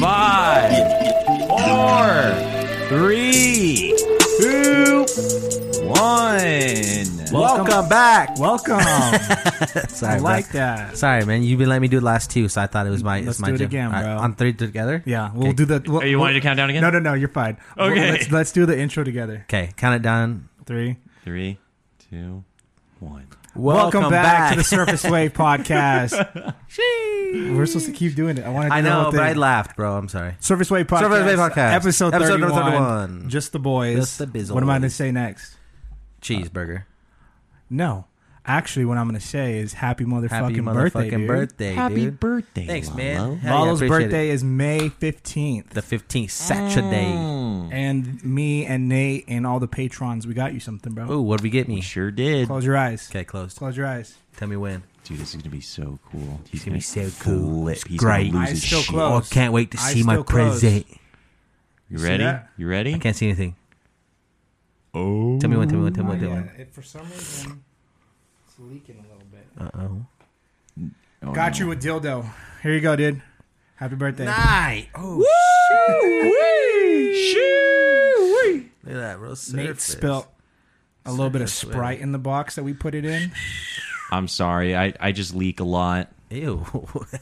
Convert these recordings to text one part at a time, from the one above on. Five, four, three, two, one. Welcome- Welcome back. Welcome. Sorry, I bro. like that. Sorry, man. You've been letting me do the last two, so I thought it was my. Let's it's my do it gym. again, All right, bro. on three together. Yeah, we'll Okay. do the. We'll, Oh, you wanted we'll- to count down again? No, no, no. You're fine. We'll- Okay. Let's, let's do the intro together. Okay, count it down. Three. Three, two, one. Welcome, back, to the Surface Wave Podcast. We're supposed to keep doing it. I want to. Do I the know, whole but I thing. laughed, bro. I'm sorry. Surface Wave Podcast. Surface Wave Podcast. Episode Episode number 31. 31. Just the boys. Just the biz What am I boys. going to say next? Cheeseburger. No. Actually, what I'm going to say is happy motherfucking, Happy birthday. motherfucking dude. birthday, Happy dude. birthday. Thanks, Lalo. man. Hell yeah, Lalo's appreciate it. birthday is May 15th. The 15th Mm. Saturday. and me and Nate and all the patrons, we got you something, bro. Ooh, what'd we get You me? sure did. Close your eyes. Okay, closed. Close your eyes. Tell me when. Dude, this is gonna be so cool. He's gonna be so cool. Flip. It's He's gonna great. lose Eyes his still shit. closed. Oh, I can't wait to Eyes see my still closed. present. You See ready? that? You ready? I can't see anything. Oh. Tell me when. Tell me when. Tell me when. Tell me when. for some reason, it's leaking a little bit. Uh oh. Oh, Got no. you a dildo. Here you go, dude. Happy birthday. Night. Oh. Shoo-wee. Look at that, bro. Nate Surface. spilt a little bit of Surface Sprite in the box that we put it in. I'm sorry. I, I just leak a lot. Ew.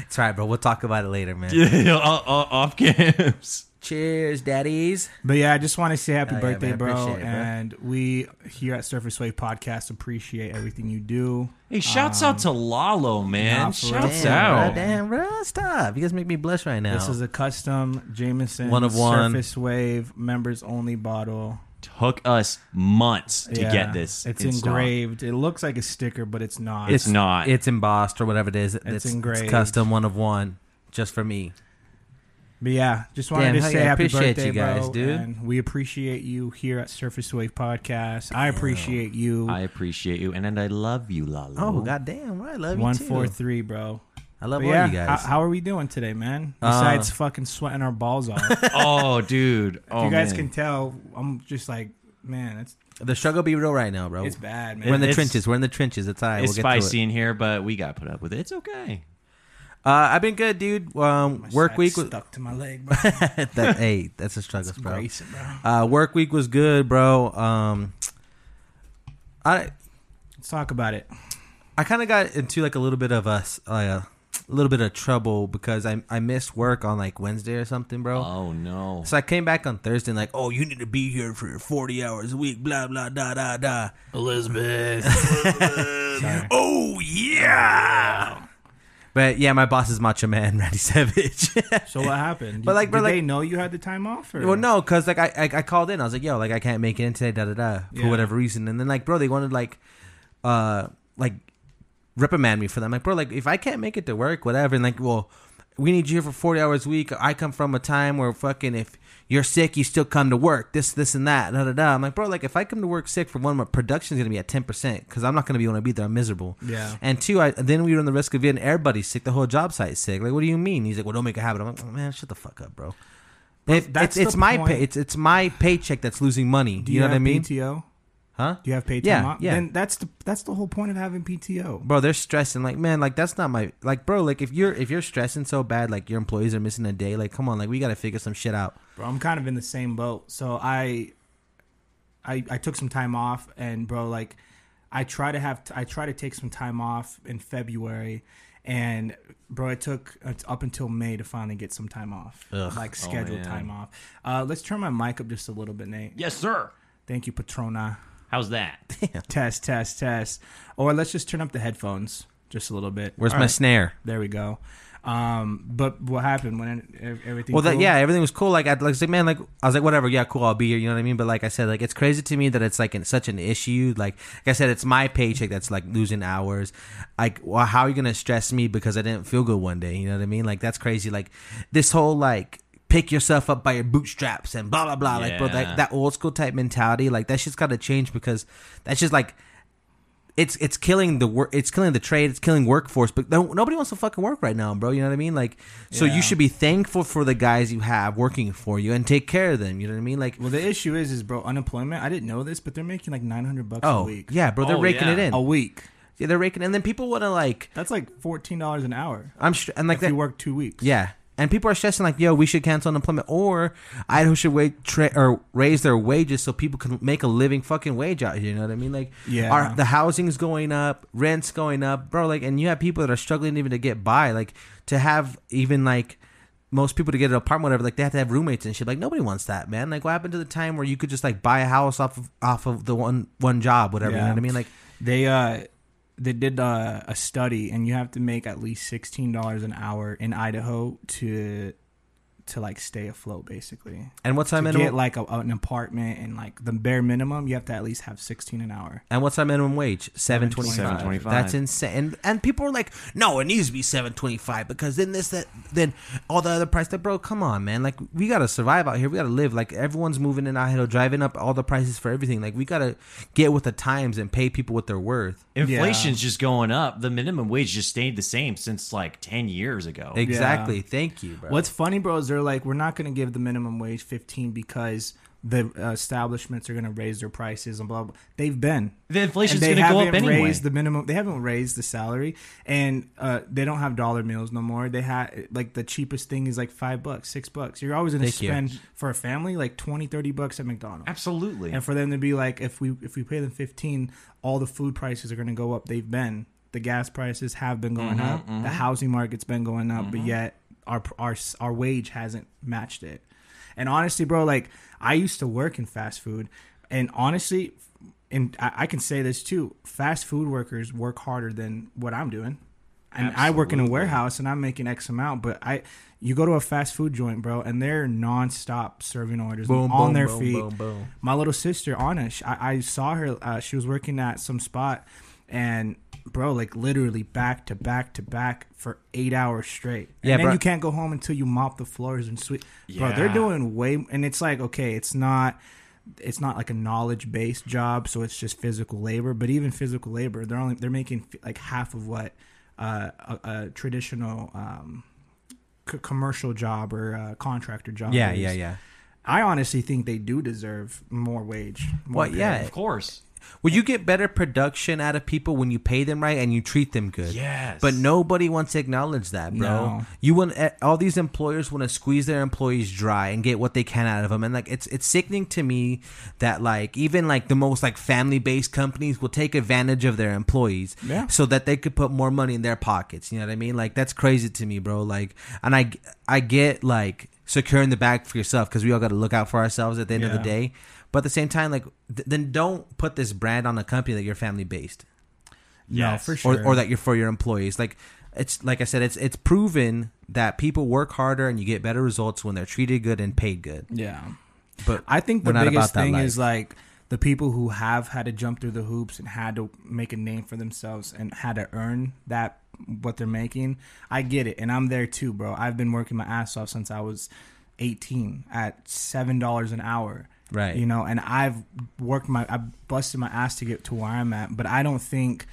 it's all right, bro. We'll talk about it later, man. off, off camps. Cheers, daddies. But yeah, I just want to say happy Oh, yeah, birthday, man. bro. Appreciate it, bro. And we here at Surface Wave Podcast appreciate everything you do. Hey, shouts out to Lalo, man. Um, nah, for real. shouts Damn, out. bro. Damn, bro. Stop. You guys make me blush right now. This is a custom Jameson One of one. Surface Wave members only bottle. Took us months to Yeah, get this. It's in stock. engraved. It looks like a sticker, but it's not. It's not. It's embossed or whatever it is. It's, engraved. custom one of one, just for me. But yeah, just wanted Damn, to hell say yeah, I happy appreciate birthday, you guys, bro, dude. And we appreciate you here at Surface Wave Podcast. I appreciate you. I appreciate you, and, and I love you, Lalo. Oh, goddamn, bro. I love One you too. four three, bro. I love But all yeah, you guys. Uh, How, how are we doing today, man? Besides fucking sweating our balls off, If Oh, dude. Oh, you guys man. can tell. I'm just like, man, it's the struggle be real right now, bro. it's bad, We're in man. Oh. the It's- trenches. We're in the trenches. It's all right. It's we'll get spicy To it. in here, but we got put up with it. It's okay. Uh, I've been good, dude. Um, work Sack week. Was, stuck to my leg, bro. that, hey, that's a struggle, bro. Brace it, bro. Uh, work week was good, bro. Um, I Let's talk about it. I kind of got into like a little bit of a, s- like a little bit of trouble because I I missed work on like Wednesday or something, bro. Oh no. So I came back on Thursday and like, oh, you need to be here for 40 hours a week, blah blah da da da. Sorry. Oh yeah. But yeah, my boss is Macho Man Randy Savage. So what happened? But Did- like, bro, did like- they know you had the time off? Or? well, no, because like I, I I called in, I was like, yo, like I can't make it in today, da da da, for Yeah. whatever reason. And then like, bro, they wanted like, uh, like reprimand me for that. I'm like, bro, like if I can't make it to work, whatever. And like, well, we need you here for 40 hours a week. I come from a time where fucking if you're sick, you still come to work. This, this, and that, da da da. I'm like, bro, like if I come to work sick for one, my production's gonna be at 10 percent because I'm not gonna be able to be there. I'm miserable. Yeah. And two, I then we run the risk of getting everybody sick, the whole job site sick. Like, what do you mean? He's like, well, don't make a habit. I'm like, "Oh, man, shut the fuck up, bro. If, that's it's it's the my point. pay, it's it's my paycheck that's losing money. Do you, know have what I mean? PTO? Huh? Do you have paid Yeah, time off? yeah. Then that's the that's the whole point of having PTO. Bro, they're stressing like, man, like that's not my like, bro, like if you're if you're stressing so bad, like your employees are missing a day, like come on, like we gotta figure some shit out. Bro, I'm kind of in the same boat. So I, I, I took some time off, and bro, like, I try to have t- I try to take some time off in February, and bro, it took it's up until May to finally get some time off, Ugh. Oh, like scheduled man. time off. Uh, let's turn my mic up just a little bit, Nate. yes, sir. Thank you, Patrona. How's that? Test, test, test. Or let's just turn up the headphones just a little bit. Where's All my right. snare? There we go. Um, but what happened when ev- everything? Well, that cool? yeah, everything was cool. Like I like I said, man, like I was like, whatever, yeah, cool, I'll be here. You know what I mean? But like I said, like it's crazy to me that it's like in such an issue. Like, like I said, it's my paycheck that's like losing hours. Like, well, how are you gonna stress me because I didn't feel good one day? You know what I mean? Like that's crazy. Like this whole like pick yourself up by your bootstraps and blah blah blah. Like, bro, Yeah. that that old school type mentality, like that shit's gotta change because that's just like it's it's killing the work. It's killing the trade. It's killing workforce. But no, nobody wants to fucking work right now, bro. You know what I mean? Like, so Yeah. you should be thankful for the guys you have working for you and take care of them. You know what I mean? Like, Well, the issue is, is bro, unemployment. I didn't know this, but they're making like nine hundred bucks a oh week. yeah, bro, they're Oh, raking yeah. it in. a Oh. week. Yeah, they're raking, and then people want to like. That's like fourteen dollars an hour. I'm sure, and like If that. you work two weeks. Yeah. And people are stressing like, "Yo, we should cancel unemployment, or Idaho should wait tra- or raise their wages so people can make a living fucking wage out here." You know what I mean? Like, Yeah. our, the housing's going up, rents going up, bro. Like, and you have people that are struggling even to get by. Like, to have even like most people to get an apartment, whatever. Like, they have to have roommates and shit. Like, nobody wants that, man. Like, what happened to the time where you could just like buy a house off of, off of the one one job, whatever? You Yeah. know what I mean? Like, They uh they did uh, a study, and you have to make at least sixteen dollars an hour in Idaho to to like stay afloat, basically. and what's our to minimum? get like a, an apartment and like the bare minimum, you have to at least have sixteen an hour. And what's our minimum wage? Seven twenty five. 7.25. That's insane. And, and people are like, no, it needs to be seven twenty five because then this that then all the other price that bro, come on, man. Like we gotta survive out here. We gotta live. Like everyone's moving in Idaho, driving up all the prices for everything. Like we gotta get with the times and pay people what they're worth. Inflation's just going up. The minimum wage just stayed the same since like 10 years ago. Exactly. Thank you, bro. What's funny, bro, is they're like, we're not going to give the minimum wage fifteen because the uh, establishments are going to raise their prices and blah blah. They've been The inflation's And going to go up haven't anyway. Raised the minimum. They haven't raised the salary, and uh, they don't have dollar meals no more. They had like the cheapest thing is like five bucks, six bucks. You're always going to Thank you. spend for a family like 20, 30 bucks at McDonald's. Absolutely. And for them to be like, if we if we pay them fifteen, all the food prices are going to go up. They've been the gas prices have been going Mm-hmm, up. The housing market's been going up, but yet our our our wage hasn't matched it. And honestly, bro, like I used to work in fast food, and honestly, and I, I can say this too: fast food workers work harder than what I'm doing. And I work in a Absolutely. warehouse, and I'm making X amount. But I, you go to a fast food joint, bro, and they're nonstop serving orders on their feet boom. my little sister Anna, sh I, I saw her. Uh, she was working at some spot, and bro, like literally back to back to back for eight hours straight. And Yeah, then bro. you can't go home until you mop the floors and sweep. Bro, Yeah. they're doing way, and it's like okay, it's not. It's not like a knowledge based job, so it's just physical labor. But even physical labor, they're only they're making f- like half of what uh, a, a traditional um, c- commercial job or uh, contractor job. Yeah, is. yeah, yeah. I honestly think they do deserve more wage. More Well, yeah. of course. Well, you get better production out of people when you pay them right and you treat them good. Yes. But nobody wants to acknowledge that, bro. No. You want eh, all these employers want to squeeze their employees dry and get what they can out of them, and like it's it's sickening to me that like even like the most like family based companies will take advantage of their employees, Yeah. so that they could put more money in their pockets. You know what I mean? Like that's crazy to me, bro. Like, and I I get like securing the bag for yourself because we all got to look out for ourselves at the end of the Yeah. day. But at the same time, like th- then don't put this brand on a company that you're family based Yes. No, for or, sure. or that you're for your employees. Like it's like I said, it's it's proven that people work harder and you get better results when they're treated good and paid good. yeah. But I think the We're not biggest about that thing is like the people who have had to jump through the hoops and had to make a name for themselves and had to earn that what they're making. I get it, and I'm there too, bro. I've been working my ass off since I was 18 at seven dollars an hour. Right. You know, and I've worked my, I busted my ass to get to where I'm at, but I don't think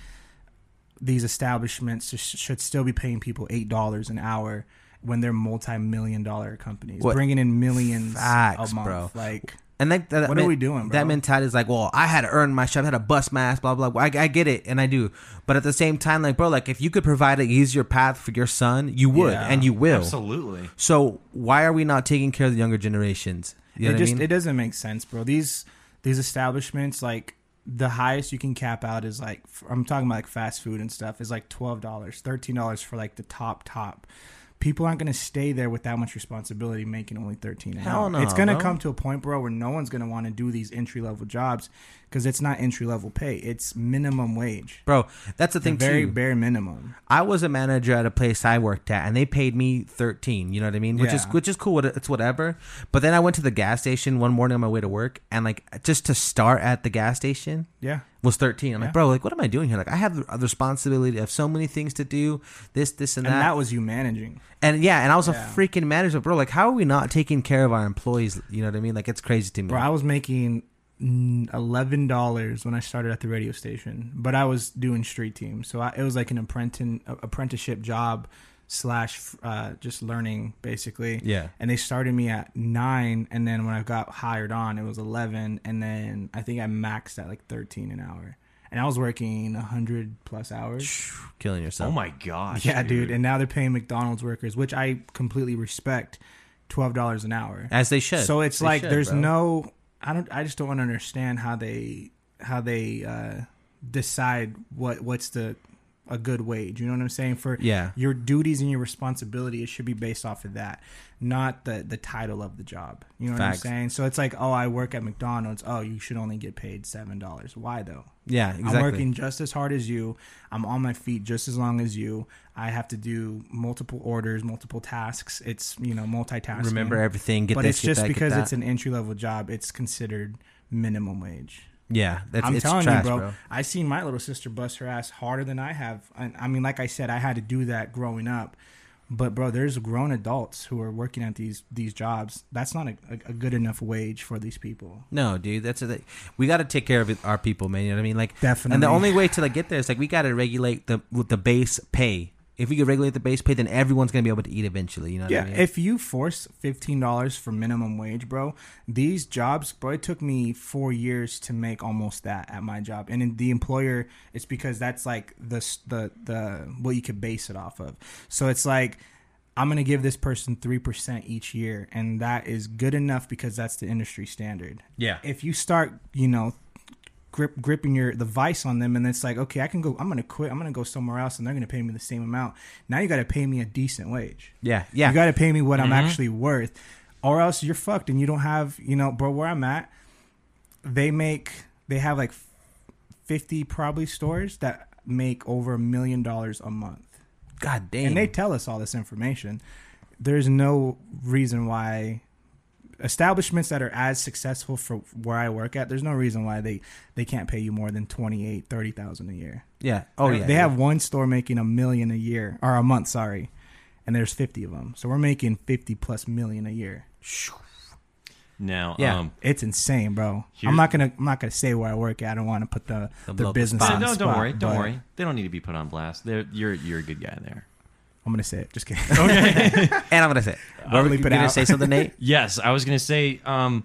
these establishments sh- should still be paying people eight dollars an hour when they're multi-million dollar companies What- bringing in millions Facts, a month. bro. Like, and like that, What are we doing, That bro? mentality is like, well, I had to earn my shit, I had to bust my ass, blah blah. blah. I, I get it, and I do. But at the same time, like bro, like if you could provide an easier path for your son, you would, Yeah. and you will. Absolutely. So why are we not taking care of the younger generations? You know it what just I mean? it doesn't make sense, bro. These these establishments like the highest you can cap out is like f- I'm talking about like fast food and stuff is like twelve dollars, thirteen dollars for like the top top. People aren't gonna stay there with that much responsibility, making only thirteen. an Hell hour. no, it's gonna bro. come to a point, bro, where no one's gonna want to do these entry level jobs because it's not entry level pay; it's minimum wage, bro, that's the thing very too. bare minimum. I was a manager at a place I worked at, and they paid me thirteen. You know what I mean? Which is Yeah. which is cool. what- It's whatever. But then I went to the gas station one morning on my way to work, and like just to start at the gas station Yeah, was thirteen. I'm like, Yeah. bro, like what am I doing here? Like I have the responsibility of so many things to do, this, this, and, and that. that was you managing. and yeah, and I was Yeah. a freaking manager, bro. Like how are we not taking care of our employees? You know what I mean? Like it's crazy to me. Bro, I was making eleven dollars when I started at the radio station, but I was doing street team, so I, it was like an apprentice apprenticeship job slash uh, just learning basically. Yeah. And they started me at nine, and then when I got hired on, it was eleven, and then I think I maxed at like thirteen an hour, and I was working hundred plus hours. killing Oh yourself. my gosh. Yeah, dude. And now they're paying McDonald's workers, which I completely respect, twelve dollars an hour. As they should. So it's They like should, there's bro. no I don't I just don't want to understand how they how they uh decide what what's the a good wage. You know what I'm saying? For Yeah. your duties and your responsibility, it should be based off of that, not the the title of the job. You know Facts. what I'm saying? So it's like, oh, I work at McDonald's. Oh, you should only get paid seven dollars. Why though? Yeah, exactly. I'm working just as hard as you. I'm on my feet just as long as you. I have to do multiple orders, multiple tasks. It's you know multitasking Remember everything. Get but this, it's get just that, get because that. it's an entry level job, it's considered minimum wage. yeah. That's, I'm it's telling trash, you, bro, bro. I seen my little sister bust her ass harder than I have. And I mean, like I said, I had to do that growing up. But bro, there's grown adults who are working at these these jobs. That's not a, a, a good enough wage for these people. No, dude, that's a, we got to take care of it, our people, man. You know what I mean? Like, Definitely. And the only way to like get there is like we got to regulate the with the base pay. If we could regulate the base pay, then everyone's gonna be able to eat eventually. You know? What Yeah, I mean? if you force fifteen dollars for minimum wage, bro, these jobs, bro, it took me four years to make almost that at my job, and in the employer, it's because that's like the s- the the what you could base it off of. So it's like. I'm gonna give this person three percent each year, and that is good enough because that's the industry standard. Yeah. If you start, you know, grip gripping your the vice on them and it's like okay i can go i'm gonna quit i'm gonna go somewhere else and they're gonna pay me the same amount now you gotta pay me a decent wage yeah, yeah, Mm-hmm. you gotta pay me what i'm actually worth or else you're fucked and you don't have you know bro where i'm at they make they have like 50 probably stores that make over a million dollars a month God damn. and they tell us all this information there's no reason why establishments that are as successful for where i work at there's no reason why they they can't pay you more than 28 30000 a year yeah. Oh yeah. they yeah. have one store making a million a year or a month sorry and there's 50 of them so we're making 50 plus million a year Now, Yeah. um, it's insane bro Here's- i'm not gonna i'm not gonna say where i work at i don't want to put the Don't blow their up the business spot. on no, the don't spot, worry, don't but worry. They don't need to be put on blast. They're, you're you're a good guy there. i'm gonna say it just kidding and I'm gonna say, what were you leave it gonna out. say something, Nate? Yes, I was gonna say um,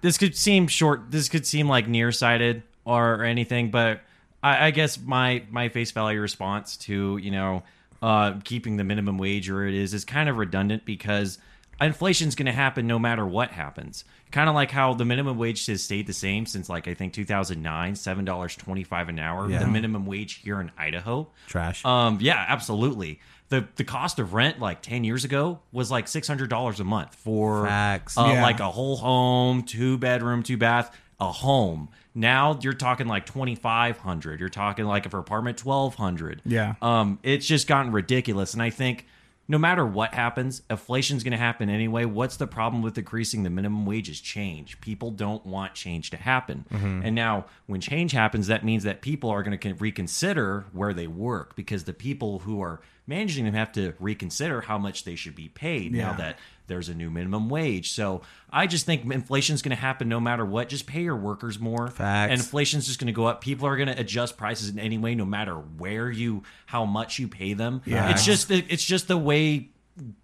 this could seem short. This could seem like nearsighted or, or anything, but I, I guess my my face value response to you know uh, keeping the minimum wage where it is is kind of redundant because inflation's going to happen no matter what happens. Kind of like how the minimum wage has stayed the same since like I think 2009, seven dollars twenty five an hour. Yeah. The minimum wage here in Idaho. Trash. Um, yeah, absolutely. The the cost of rent like ten years ago was like six hundred dollars a month for Facts. uh, Yeah. like a whole home, two bedroom, two bath, a home. Now you're talking like twenty five hundred. You're talking like for apartment twelve hundred. Yeah. Um, it's just gotten ridiculous, and I think no matter what happens, inflation's going to happen anyway. What's the problem with increasing the minimum wage? Is change. People don't want change to happen. And now, when change happens, that means that people are going to reconsider where they work because the people who are managing them have to reconsider how much they should be paid now Yeah. that there's a new minimum wage. So I just think inflation's going to happen no matter what. Just pay your workers more. Facts. And inflation's just going to go up. People are going to adjust prices in any way, no matter where you, how much you pay them. Yeah. It's just the, it's just the way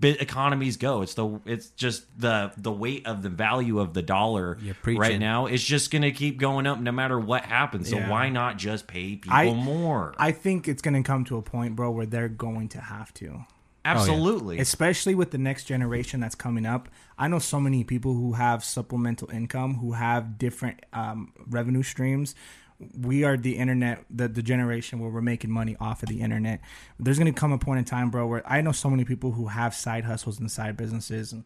bi- economies go. It's the it's just the the weight of the value of the dollar You're preaching. right now. It's just going to keep going up no matter what happens. So Yeah. why not just pay people I- Oh, more? i think it's gonna come to a point bro where they're going to have to Absolutely. especially with the next generation that's coming up i know so many people who have supplemental income who have different um, revenue streams we are the internet the, the generation where we're making money off of the internet there's going to come a point in time bro where i know so many people who have side hustles and side businesses and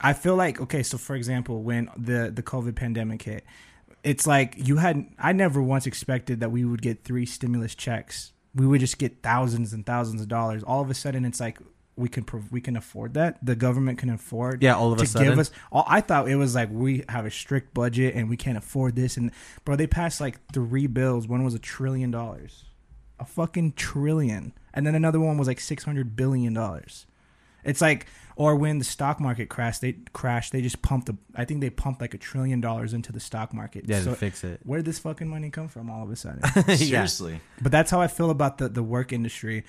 i feel like okay so for example when the the covid pandemic hit it's like you had i never once expected that we would get three stimulus checks we would just get thousands and thousands of dollars all of a sudden it's like we can prov- we can afford that the government can afford Yeah, all of a to sudden. give us all, oh, i thought it was like we have a strict budget and we can't afford this and bro they passed like three bills one was a trillion dollars a fucking trillion and then another one was like 600 billion dollars It's like or when the stock market crashed, they crashed. They just pumped. A, I think they pumped like a trillion dollars into the stock market. Yeah, to So fix it. where did this fucking money come from all of a sudden? Seriously. But that's how I feel about the, the work industry.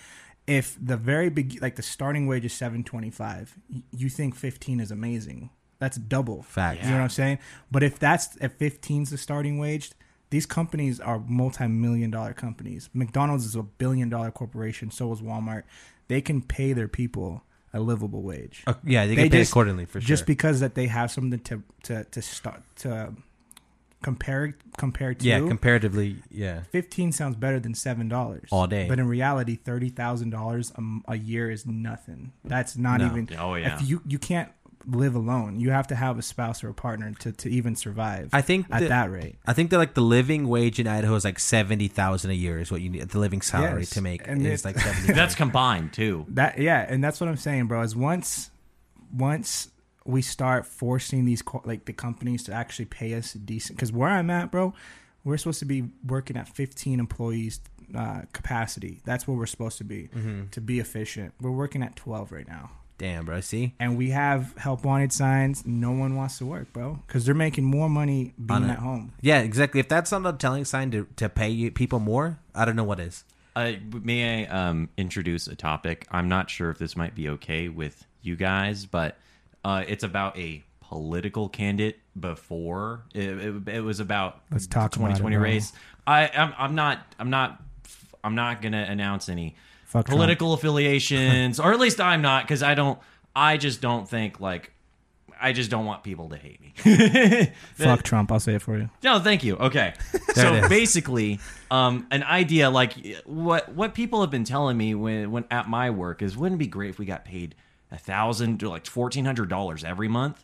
If the very big, like the starting wage is seven twenty five, you think fifteen is amazing. That's double. Facts. You know what I'm saying? But if that's if 15's the starting wage, these companies are multi million dollar companies. McDonald's is a billion dollar corporation. So is Walmart. They can pay their people a livable wage. Uh, yeah, they, They get paid just- accordingly for sure. Just because that they have something to to to start to compare compare to. yeah, comparatively, yeah. 15 sounds better than seven dollars All day. but in reality thirty thousand dollars a year is nothing that's not No. even Oh, yeah. if you you can't live alone you have to have a spouse or a partner to, to even survive I think at the- that rate I think that like the living wage in Idaho is like seventy thousand a year is what you need the living salary Yes. to make And is it- like seventy. That's combined too. that yeah and that's what i'm saying bro is once once we start forcing these co- like the companies to actually pay us decent because where i'm at bro we're supposed to be working at 15 employees uh, capacity that's where we're supposed to be Mm-hmm. to be efficient we're working at 12 right now Damn, bro. See, and we have help wanted signs. No one wants to work, bro, because they're making more money being On it. at home. yeah, exactly. If that's not a telling sign to to pay you people more, I don't know what is. Uh, may I um, introduce a topic? I'm not sure if this might be okay with you guys, but uh, it's about a political candidate before it, it, it was about Let's talk the about it, 2020 bro. race. I I'm, I'm not I'm not I'm not gonna announce any Fuck Trump. political affiliations, or at least I'm not because I don't I just don't think like I just don't want people to hate me. Fuck Trump. I'll say it for you. No, thank you. Okay. it is. so basically, um, an idea like what what people have been telling me when when at my work is wouldn't it be great if we got paid a thousand to like fourteen hundred dollars every month.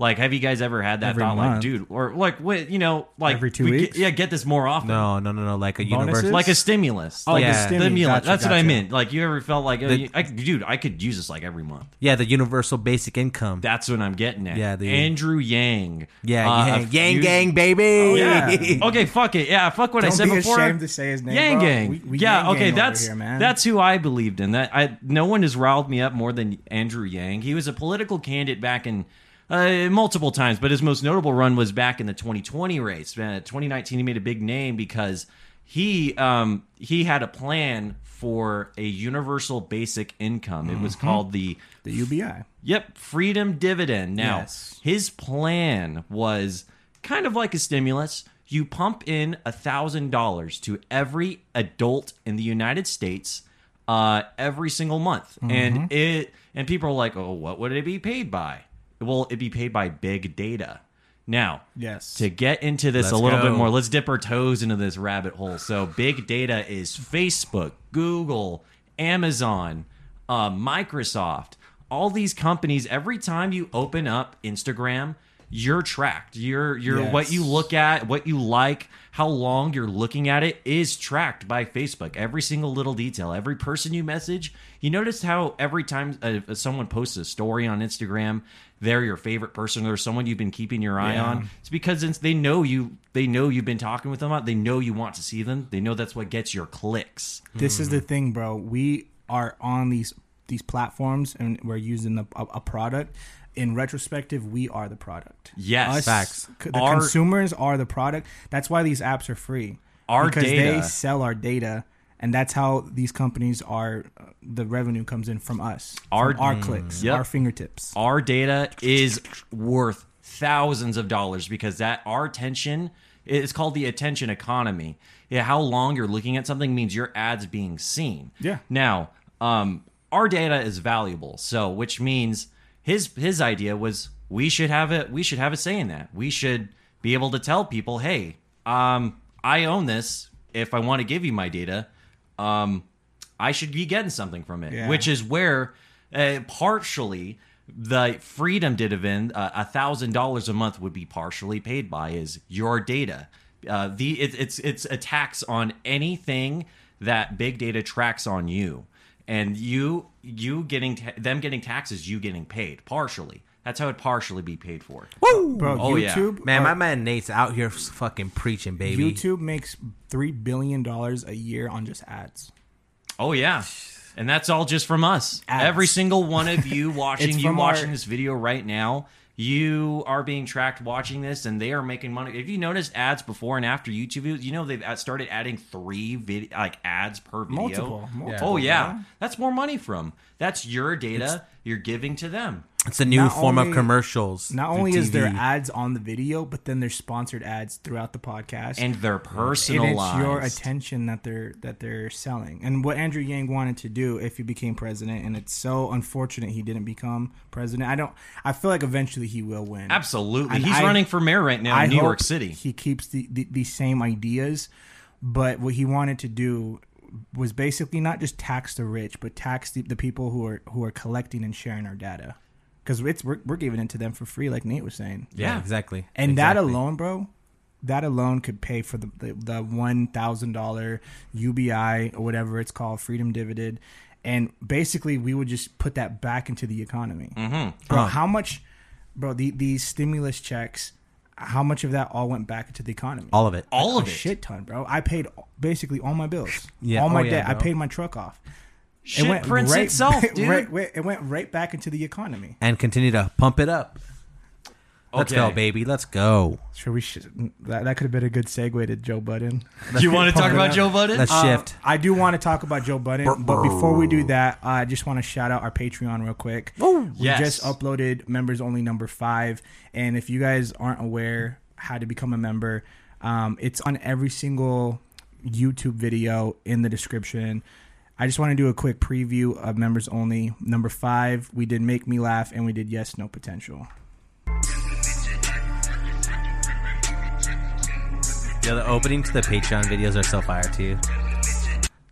Like, have you guys ever had that Every thought? Like, month. dude, or like, what you know, like Every two we weeks? Get, yeah, get this more often. No, no, no, no. Like a Bonuses? universal. Like a stimulus. Oh, like, yeah. the stimmy. stimulus. Gotcha, That's what I gotcha. meant. Like, you ever felt like, oh, The- you- I, dude, I could use this like every month. yeah, the universal basic income. That's what I'm getting at. Yeah, the- Andrew Yang. yeah, uh, Oh, yeah. a yang few- gang, baby. Oh, yeah. okay, fuck it. Yeah, fuck what I Don't said be before. ashamed to say his name, Yang bro. Gang. We- we yeah, Yang okay, Gang over that's here, man. that's who I believed in. That I no one has riled me up more than Andrew Yang. He was a political candidate back in uh, multiple times, but his most notable run was back in the 2020 race. Uh, 2019, he made a big name because he um, he had a plan for a universal basic income. It was Mm-hmm. called the The UBI. Yep, freedom dividend. Now, Yes. his plan was kind of like a stimulus. You pump in a thousand dollars to every adult in the United States uh, every single month, Mm-hmm. and it and people are like, "Oh, what would it be paid by?" Well, it'd be paid by big data. Now, Yes. to get into this Let's a little go. bit more, let's dip our toes into this rabbit hole. So, big data is Facebook, Google, Amazon, uh, Microsoft, all these companies. Every time you open up Instagram, you're tracked. You're, you're what you Yes. look at, what you like, how long you're looking at it is tracked by Facebook. Every single little detail, every person you message. You notice how every time uh, someone posts a story on Instagram, they're your favorite person or someone you've been keeping your eye on. It's because it's, they know you. They know you've been talking with them. They know you want to see them. They know that's what gets your clicks. This Mm. is the thing, bro. We are on these these platforms, and we're using the, a, a product. In retrospective, we are the product. Yes. Us, Facts. c- The Our- consumers are the product. That's why these apps are free. Our because they data. sell our data, and that's how these companies are. uh, The revenue comes in from us, Our- Mm. from our clicks, Yep. our fingertips. Our data is worth thousands of dollars because that our attention it's called the attention economy. Yeah, how long you're looking at something means your ads being seen. Yeah. Now, um, our data is valuable, so which means his his idea was we should have it. We should have a say in that. We should be able to tell people, hey, um, I own this. If I want to give you my data, um, I should be getting something from it. Yeah. Which is where uh, partially the freedom dividend, a thousand dollars a month, would be partially paid by is your data. Uh, the it, it's it's a tax on anything that big data tracks on you, and you you getting ta- them getting taxes, you getting paid partially. That's how it partially be paid for. Woo! Bro, Oh, yeah. YouTube, Man, uh, my man Nate's out here fucking preaching, baby. YouTube makes three billion dollars a year on just ads. Oh yeah, And that's all just from us. Ads. Every single one of you watching It's you from our- watching this video right now, you are being tracked watching this, and they are making money. If you noticed ads before and after YouTube videos, you know they've ad- started adding three vid- like ads per video. Multiple, multiple, oh yeah. yeah. that's more money from. That's your data you're giving to them. It's a new Not form of only- commercials. Not through only is there TV. ads on the video, but then there's sponsored ads throughout the podcast. and they're and personalized. it's your attention that they're that they're selling. And what Andrew Yang wanted to do if he became president, and it's so unfortunate he didn't become president. I don't. I feel like eventually he will win. Absolutely, And he's I- running for mayor right now in New hope York City. He keeps the, the, the same ideas, but what he wanted to do was basically not just tax the rich, but tax the, the people who are who are collecting and sharing our data. Because it's we're, we're giving it to them for free, like Nate was saying. Yeah, Yeah. exactly. And exactly. that alone, bro, that alone could pay for the the, the one thousand dollar UBI or whatever it's called, freedom dividend, and basically we would just put that back into the economy, Mm-hmm. bro. How much, bro? The, these stimulus checks, how much of that all went back into the economy? all of it. All a of it. Oh, shit ton, bro. I paid basically all my bills, Yeah. all my Oh, yeah, debt. I bro. paid my truck off. Shit prints itself, dude. right- wait, it went right back into the economy. and continue to pump it up. Let's Okay. go, baby. Let's go. Sure, we should. That, that could have been a good segue to Joe Budden. You want to talk Pump it about up. Joe Budden? Let's Uh, shift. I do want to talk about Joe Budden, but before we do that, I just want to shout out our Patreon real quick. Oh, we Yes. just uploaded members only number five, and if you guys aren't aware how to become a member, um, it's on every single YouTube video in the description. I just want to do a quick preview of members only number five. We did make me laugh, and we did yes, no potential. yeah, the opening to the Patreon videos are so fire too.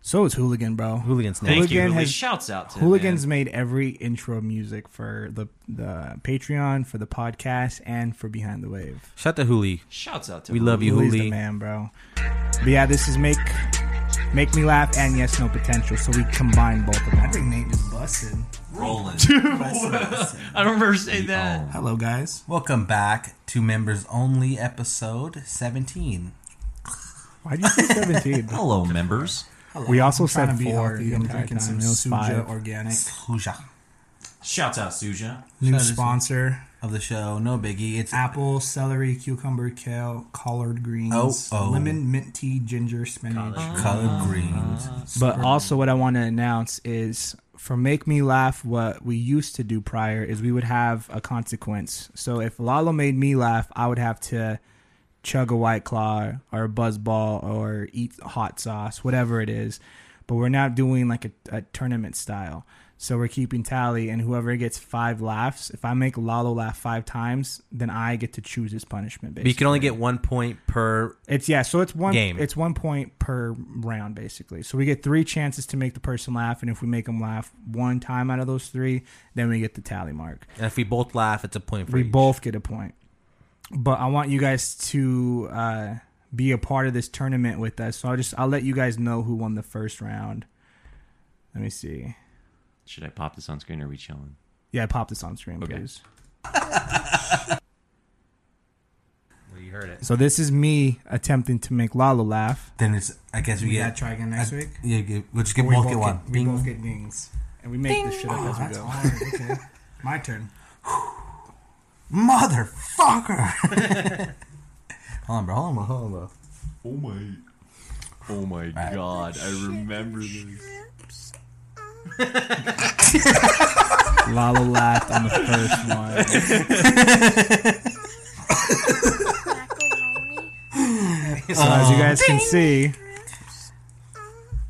So is hooligan, bro. Hooligans Thank next. you. Hooligan Hooli- has- Shouts out to Hooligans him, made every intro music for the the Patreon, for the podcast, and for Behind the Wave. Shut the hoolie. man. Shouts out to We him. love you, Julie's the hoolie. man, bro. But yeah, this is make make me laugh and yes, no potential. So we combine both of them. I think Nate just busted. Roland. busted. I don't remember saying that. Hello, guys. Welcome back to members only episode seventeen. Why do you say seventeen? Hello, members. we also said trying to be four. healthy. the I'm entire drinking some time. It was Suja five. organic. Hooja Shouts out, Suja. New Shout out to- sponsor: of the show. No biggie. It's apple, celery, cucumber, kale, collard greens, Oh, oh. lemon, mint tea, ginger, spinach. color greens. But also, what I want to announce is for Make Me Laugh, what we used to do prior is we would have a consequence. So if Lalo made me laugh, I would have to chug a White Claw or a Buzz Ball or eat hot sauce, whatever it is. But we're not doing like a, a tournament style. So we're keeping tally, and whoever gets five laughs, if I make Lalo laugh five times, then I get to choose his punishment. But Basically. you can only get one point per. It's yeah, so it's one Game. It's one point per round, basically. So we get three chances to make the person laugh, and if we make them laugh one time out of those three, then we get the tally mark. And if we both laugh, it's a point for We each. both get a point. But I want you guys to uh, be a part of this tournament with us. So I'll just I'll let you guys know who won the first round. Let me see. Should I pop this on screen or are we chilling? Yeah, pop this on screen, Okay. please. Well, you heard it. So this is me attempting to make Lala laugh. Then it's. I guess we, gotta try again next week? Yeah, get- we'll just get We both, both get one. Get, we Bing. both get dings. And we make this shit up Oh, as we that's go. hard. Okay. My turn. Motherfucker! hold on, bro. Hold on, bro. Hold on, bro. Oh my. Oh my god, I remember this. Lala laughed on the first one. macaroni. So as you guys can see,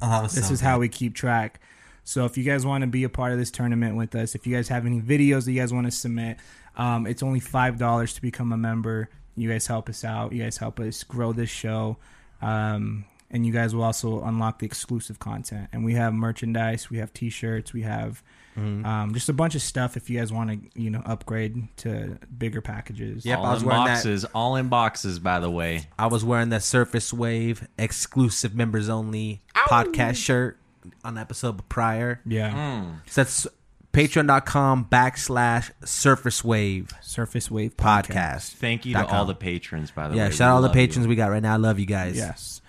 I'll have a this is how we keep track. So if you guys want to be a part of this tournament with us, if you guys have any videos that you guys want to submit, um, it's only five dollars to become a member. You guys help us out. You guys help us grow this show, um, and you guys will also unlock the exclusive content. And we have merchandise, we have T-shirts, we have um, just a bunch of stuff. If you guys want to, you know, upgrade to bigger packages. Yep, I all was in wearing that. boxes. All in boxes, by the way. I was wearing that Surface Wave exclusive members only podcast shirt on the episode prior. Yeah. So that's patreon.com backslash Surface Wave Surface Wave podcast. podcast. Thank you to Dot com. all the patrons, by the Yeah, way. shout out all the patrons patrons. we got right now. I love you guys. Yes.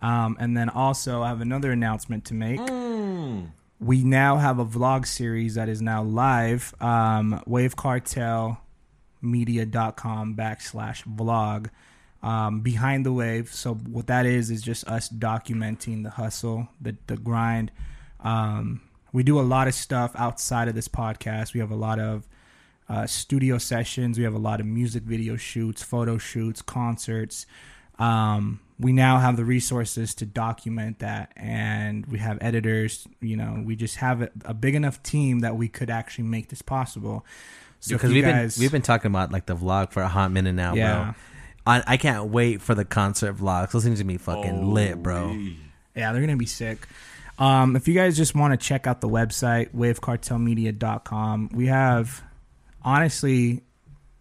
Um, and then also, I have another announcement to make. we now have a vlog series that is now live. Um, wavecartelmedia.com backslash vlog. Um, behind the wave. So what that is is just us documenting the hustle, the the grind. Um, we do a lot of stuff outside of this podcast. We have a lot of uh, studio sessions. We have a lot of music video shoots, photo shoots, concerts. Um, we now have the resources to document that, and we have editors. You know, we just have a, a big enough team that we could actually make this possible. So if because you we've guys- been we've been talking about like the vlog for a hot minute now, Yeah. bro. I, I can't wait for the concert vlogs. Those things are gonna be fucking lit, bro. Yeah, they're gonna be sick. Um, if you guys just want to check out the website, wavecartelmedia.com, we have honestly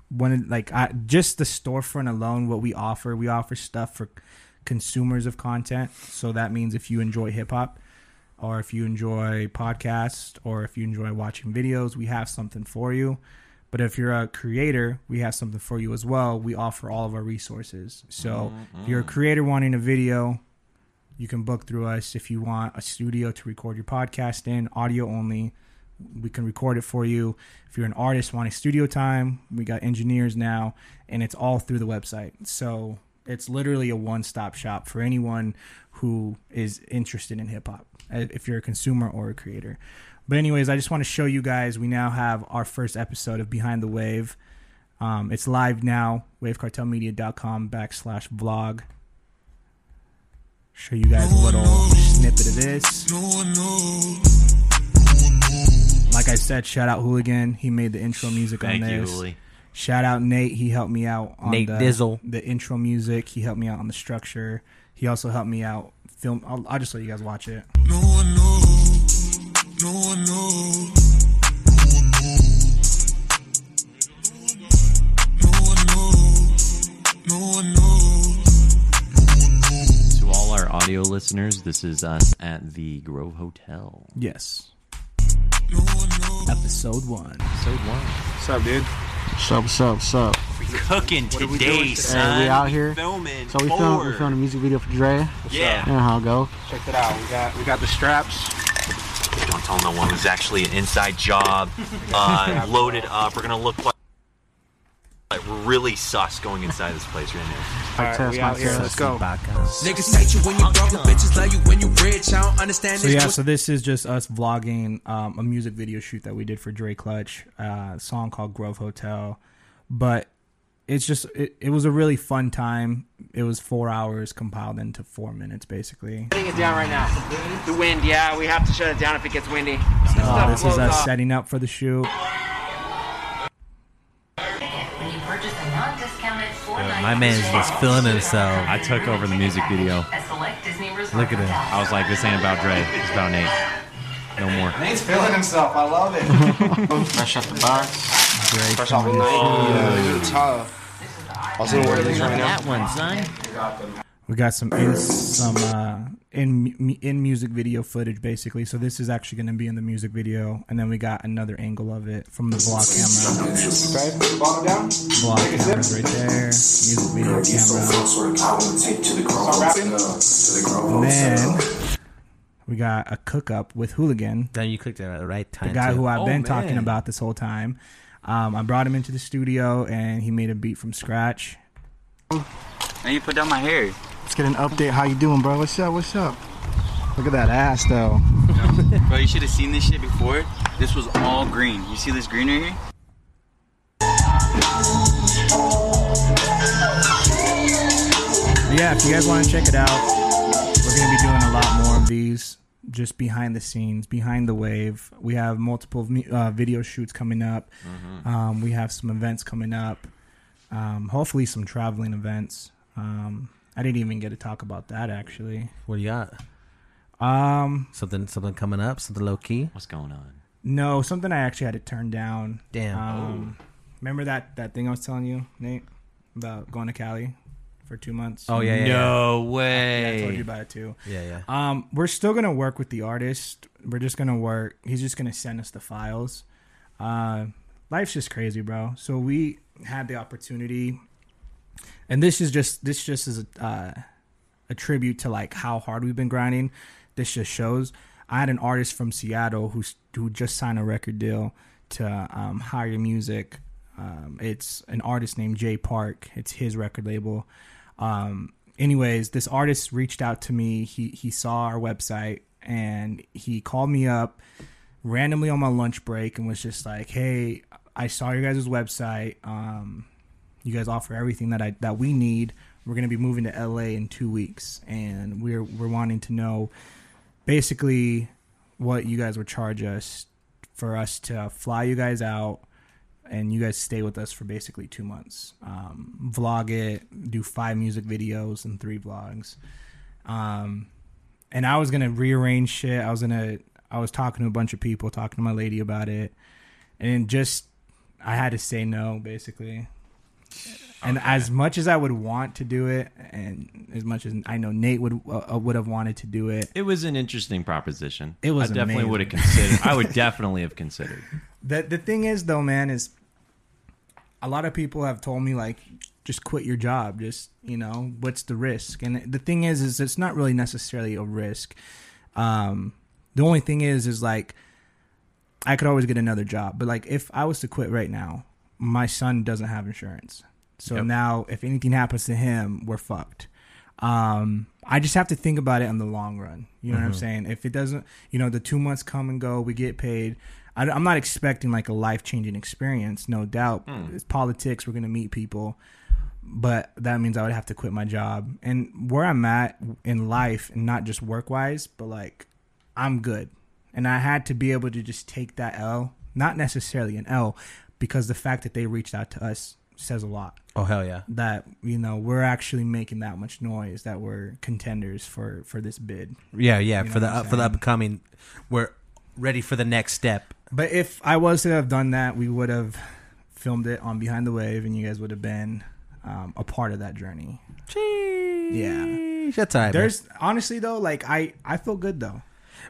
one of like I, just the storefront alone, what we offer, we offer stuff for consumers of content. So that means if you enjoy hip hop or if you enjoy podcasts or if you enjoy watching videos, we have something for you. But if you're a creator, we have something for you as well. We offer all of our resources. So if you're a creator wanting a video, you can book through us if you want a studio to record your podcast in, audio only. We can record it for you. If you're an artist wanting studio time, we got engineers now, and it's all through the website. So it's literally a one stop shop for anyone who is interested in hip hop, uh, if you're a consumer or a creator. But, anyways, I just want to show you guys we now have our first episode of Behind the Wave. Um, it's live now, wavecartelmedia.com backslash vlog. Show you guys a little snippet of this. Like I said, shout out Hooligan. He made the intro music Thank on you, this. Uli. Shout out Nate. He helped me out on Nate the, Dizzle. the intro music. He helped me out on the structure. He also helped me out film. I'll, I'll just let you guys watch it. To all our audio listeners, this is us at the Grove Hotel. Yes. Episode one. Episode one. What's up, dude? Sup, sup, sup. We cooking are we today, doing today? son. Hey, we out here. Filming. So we filmed, we filmed a music video for Dre. You Yeah. know how it go. Check it out. We got we got the straps. Don't tell no one. It was actually an inside job. Uh, loaded up. We're gonna look like, like we're really sus going inside this place right now. Mic right, test, we mic out here. test. Let's go. Niggas hate you when you broke, but bitches love you when you rich. I don't understand So this. yeah, so this is just us vlogging um, a music video shoot that we did for Dre Clutch, uh, a song called Grove Hotel. But it's just it, it was a really fun time. It was four hours compiled into four minutes, basically. Shutting it down right now. The wind, yeah, we have to shut it down if it gets windy. Uh, Stuff this blows is us off. setting up for the shoot. My man was feeling himself. I took over the music video. Look at him. I was like, this ain't about Dre. It's about Nate. No more. Nate's feeling himself. I love it. Fresh off the box. Fresh off the night. Really tough. Also, wear these right now. one, son. We got some in some uh, in mu- in music video footage basically. So this is actually going to be in the music video, and then we got another angle of it from the vlog camera. Okay, put the bottle down. Vlog cameras right there. Music video camera. Start rapping. And then we got a cook up with Hooligan, Then you clicked it at the right time. the guy too. who I've Oh, been man. talking about this whole time. Um, I brought him into the studio, and he made a beat from scratch. Let's get an update. How you doing, bro? What's up? What's up? Look at that ass, though. Bro, you should have seen this shit before. This was all green. You see this green right here? yeah, if you guys want to check it out, we're going to be doing a lot more of these just behind the scenes, behind the wave. We have multiple mu- uh, video shoots coming up. Mm-hmm. Um, we have some events coming up. Um, hopefully, some traveling events. Um, I didn't even get to talk about that actually. What do you got? Um, Something, something coming up. Something low key. What's going on? no, something I actually had to turn down. Damn. Um, remember that that thing I was telling you, Nate, about going to Cali for two months. oh yeah, yeah, No yeah, I told you way. about it too. yeah, yeah. yeah. Um, we're still gonna work with the artist. We're just gonna work. He's just gonna send us the files. Uh, life's just crazy, bro. So we had the opportunity, and this is just this just is a, uh, a tribute to like how hard we've been grinding. This just shows. I had an artist from Seattle who's who just signed a record deal to um, Higher Music. Um, it's an artist named Jay Park. It's his record label. Um, anyways, this artist reached out to me. He he saw our website and he called me up randomly on my lunch break and was just like, "Hey, I saw your guys' website. Um, you guys offer everything that I that we need. We're gonna be moving to LA in two weeks, and we're we're wanting to know basically what you guys would charge us for us to fly you guys out." And you guys stay with us for basically two months. Um, vlog it, do five music videos and three vlogs. Um, and I was gonna rearrange shit. I was gonna I was talking to a bunch of people, talking to my lady about it, and just I had to say no basically. And as much as I would want to do it, and as much as I know Nate would uh, would have wanted to do it, It was an interesting proposition. It was I definitely amazing. would have considered. I would definitely have considered. The the thing is though, man, is a lot of people have told me like just quit your job, just you know, what's the risk? And the thing is is it's not really necessarily a risk. Um the only thing is is like I could always get another job, but like if I was to quit right now, my son doesn't have insurance. So Yep. now if anything happens to him, we're fucked. Um I just have to think about it in the long run. You know what I'm Mhm. saying? saying? If it doesn't, you know, the two months come and go, we get paid. I, am not expecting like a life changing experience, no doubt. It's politics. We're going to meet people. But that means I would have to quit my job. And where I'm at in life, and not just work wise, but like I'm good. And I had to be able to just take that L, not necessarily an L, because the fact that they reached out to us says a lot Oh, hell yeah. that you know we're actually making that much noise that we're contenders for for this bid Yeah, yeah. You know for the what uh, I'm for the saying? upcoming, we're ready for the next step. But if I was to have done that, we would have filmed it on Behind the Wave, and you guys would have been um, a part of that journey. Yeah, that's all right, man. There's honestly though, like I I feel good though.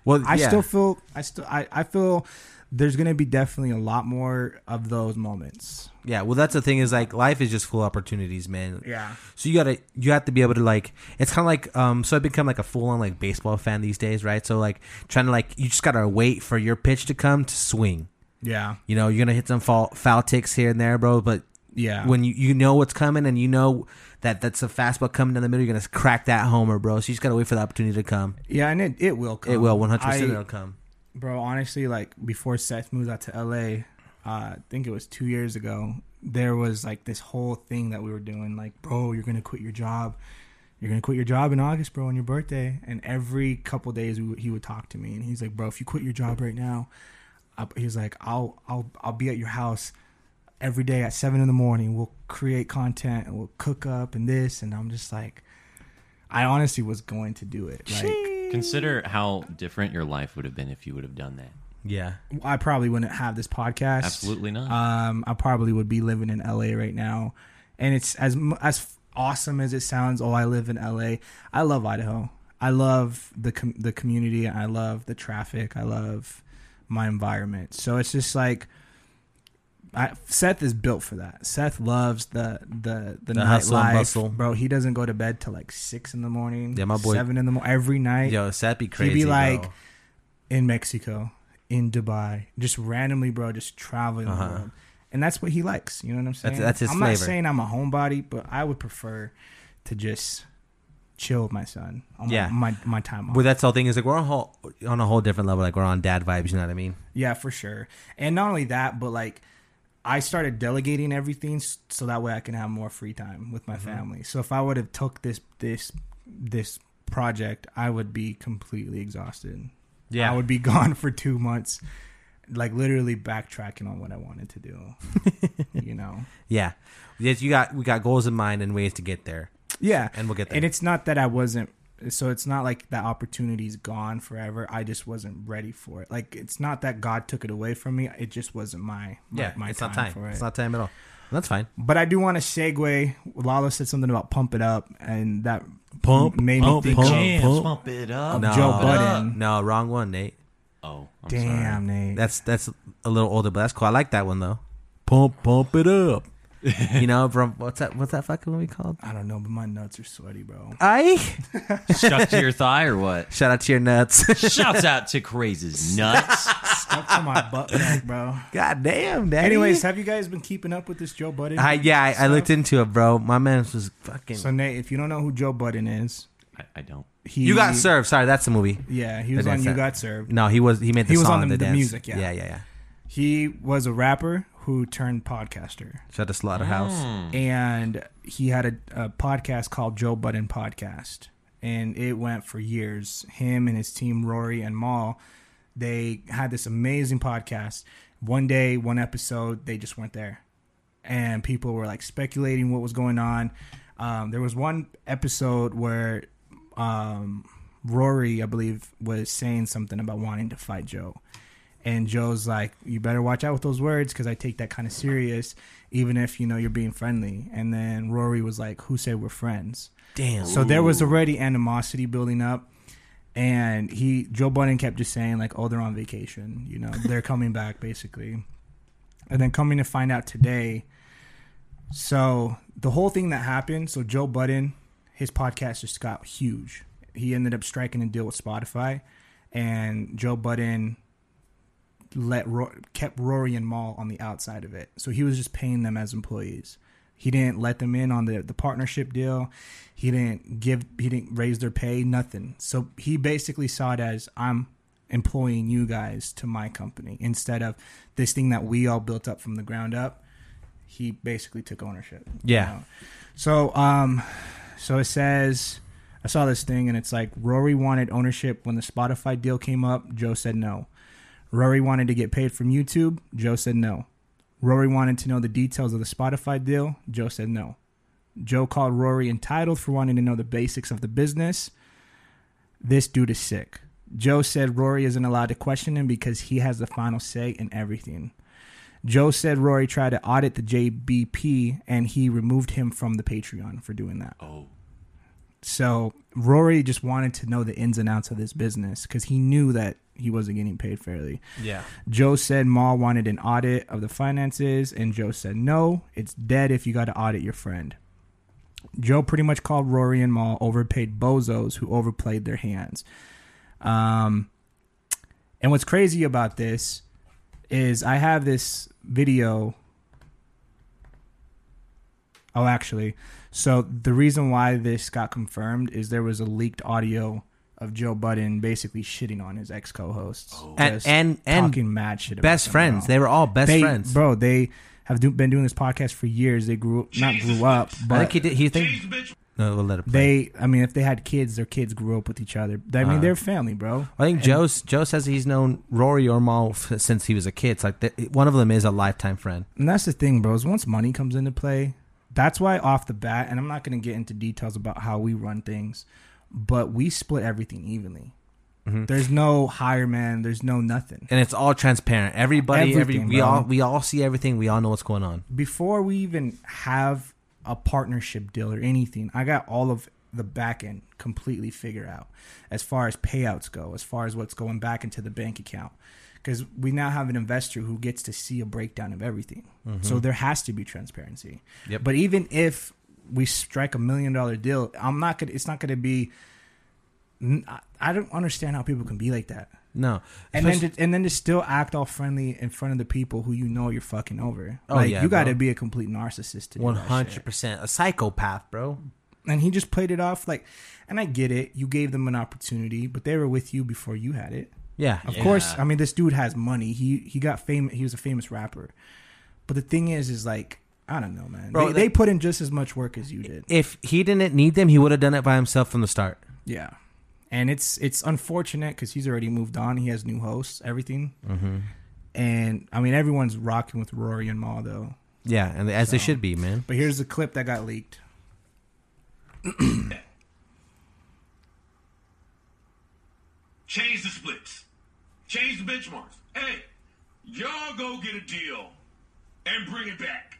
Well, I yeah. still feel I still I I feel there's gonna be definitely a lot more of those moments. Yeah, well, that's the thing is like life is just full of opportunities, man. Yeah. So you gotta you have to be able to like it's kind of like um so I've become like a full on like baseball fan these days, right? So like trying to like you just gotta wait for your pitch to come to swing. Yeah. You know you're gonna hit some foul, foul ticks here and there, bro. But Yeah. when you you know what's coming and you know that that's a fastball coming down the middle, you're gonna crack that homer, bro. So you just gotta wait for the opportunity to come. Yeah, and it, it will come. It will 100% Um, I- it'll come. Bro, honestly, like before Seth moved out to LA, uh, I think it was two years ago, there was like this whole thing that we were doing, like, bro, you're gonna quit your job. You're gonna quit your job in August, bro, on your birthday. And every couple days we, would- he would talk to me and he's like, Bro, if you quit your job right now, I, he's like, I'll I'll I'll be at your house every day at seven in the morning. We'll create content and we'll cook up and this and I'm just like I honestly was going to do it. Like Consider how different your life would have been if you would have done that. Yeah. I probably wouldn't have this podcast. Absolutely not. Uh-huh. Um, I probably would be living in LA right now, and it's as mu- as awesome as it sounds. Oh, I live in LA. I love Idaho. I love the com- the community. I love the traffic. I love my environment. So it's just like. I, Seth is built for that. Seth loves the the the, The hustle and nightlife. bustle. bro. He doesn't go to bed till like six in the morning. Yeah, my boy- seven in the morning every night. Yo, that'd be He'd crazy, be bro. like, in Mexico, in Dubai, just randomly, bro, just traveling the Uh-huh. world. And that's what he likes. You know what I'm saying? That's- that's his I'm not flavor. saying I'm a homebody, but I would prefer to just chill with my son on yeah. my, my, my time off. Well, that's the whole thing is like we're on a whole on a whole different level. Like we're on dad vibes. You know what I mean? yeah, for sure. And not only that, but like, I started delegating everything s- so that way I can have more free time with my Mhm. family. So if I would have took this this this project, I would be completely exhausted. Yeah. I would be gone for two months, like literally backtracking on what I wanted to do. you know. Yeah. Yes, you got we got goals in mind and ways to get there. Yeah. And we'll get there. And it's not that I wasn't so it's not like that opportunity's gone forever. I just wasn't ready for it. Like it's not that God took it away from me. It just wasn't my, my yeah, my it's time, not time. for it. It's not time at all. That's fine. But I do want to segue. Lalo said something about pump it up, and that Pump, made pump, me think pump, of Jams, pump. pump it of Joe Budden. No, wrong one, Nate. Oh, I'm Damn, sorry. Nate. That's that's a little older, but that's cool. I like that one though. Pump, pump it up. you know, from what's that? What's that fucking movie called? I don't know, but my nuts are sweaty, bro. I Stuck to your thigh or what? Shout out to your nuts. Shouts out to Crazy's nuts. Stuck to my butt crack, bro. God damn, daddy. Anyways, have you guys been keeping up with this Joe Budden? I, yeah, I, I stuff? looked into it, bro. My man was fucking. So Nate, if you don't know who Joe Budden is, I, I don't. he you got served. Sorry, that's the movie. Yeah, he was I on didn't You say- Got Served. No, he was. He made the He was song. on the- the, the dance. music, yeah. yeah, yeah, yeah. He was a rapper who turned podcaster, Shout out to Mm. Slaughterhouse. and he had a, a podcast called Joe Budden Podcast, and it went for years. Him and his team, Rory and Maul, they had this amazing podcast. One day, one episode, they just went there. and people were like speculating what was going on. Um, there was one episode where um, Rory, I believe, was saying something about wanting to fight Joe. And Joe's like, "You better watch out with those words, because I take that kind of serious, even if you know you're being friendly." And then Rory was like, "Who said we're friends?" Damn. So there was already animosity building up, and he Joe Budden kept just saying like, "Oh, they're on vacation. You know, they're coming back, basically." And then coming to find out today, so the whole thing that happened. So Joe Budden, his podcast just got huge. He ended up striking a deal with Spotify, and Joe Budden let Ro- kept Rory and Maul on the outside of it. So he was just paying them as employees. He didn't let them in on the, the partnership deal. He didn't give he didn't raise their pay, nothing. So he basically saw it as I'm employing you guys to my company instead of this thing that we all built up from the ground up. He basically took ownership. Yeah. So um so it says I saw this thing and it's like Rory wanted ownership when the Spotify deal came up, Joe said no. Rory wanted to get paid from YouTube, Joe said no. Rory wanted to know the details of the Spotify deal, Joe said no. Joe called Rory entitled for wanting to know the basics of the business. This dude is sick. Joe said Rory isn't allowed to question him because he has the final say in everything. Joe said Rory tried to audit the JBP and he removed him from the Patreon for doing that. Oh. So Rory just wanted to know the ins and outs of this business because he knew that he wasn't getting paid fairly. Yeah. Joe said Maul wanted an audit of the finances, and Joe said no, it's dead if you got to audit your friend. Joe pretty much called Rory and Maul overpaid bozos who overplayed their hands. Um, and what's crazy about this is I have this video. Oh, actually, so the reason why this got confirmed is there was a leaked audio of Joe Budden basically shitting on his ex co-hosts Oh. And Just and and talking mad shit. about best them, friends. bro. They were all best They- friends. bro. They have do, been doing this podcast for years. They grew not grew up, I think but he did. He think. No, we'll let it play. they. I mean, if they had kids, their kids grew up with each other. I mean, they're family, bro. I think Joe's, Joe says he's known Rory or Maul f- since he was a kid. It's like th- one of them is a lifetime friend. And that's the thing, bro. Is once money comes into play, that's why off the bat, and I'm not going to get into details about how we run things, but we split everything evenly. There's no higher man. There's no nothing. and it's all transparent. Everybody, every Everything, we bro. all we all see everything. We all know what's going on. before we even have a partnership deal or anything, I got all of the back end completely figured out as far as payouts go, as far as what's going back into the bank account. Because we now have an investor who gets to see a breakdown of everything. So there has to be transparency. Yep. But even if we strike a million dollar deal, I'm not gonna it's not gonna be n- I- I don't understand how people can be like that. No, And then, to, and then to still act all friendly in front of the people who you know you're fucking over. Oh, like yeah, you got to bro. be a complete narcissist to do one that hundred shit. percent a psychopath, bro. And he just played it off like, and I get it. You gave them an opportunity, but they were with you before you had it. Yeah, Of course, I mean this dude has money. He he got fame. He was a famous rapper. But the thing is, is like I don't know, man. Bro, they, that- they put in just as much work as you did. if he didn't need them, he would have done it by himself from the start. Yeah. And it's it's unfortunate because he's already moved on. He has new hosts, everything. Mm-hmm. And I mean, everyone's rocking with Rory and Maul though. Yeah, and as they should be, man. But here's the clip that got leaked. Change the splits. Change the benchmarks. Hey, y'all go get a deal and bring it back.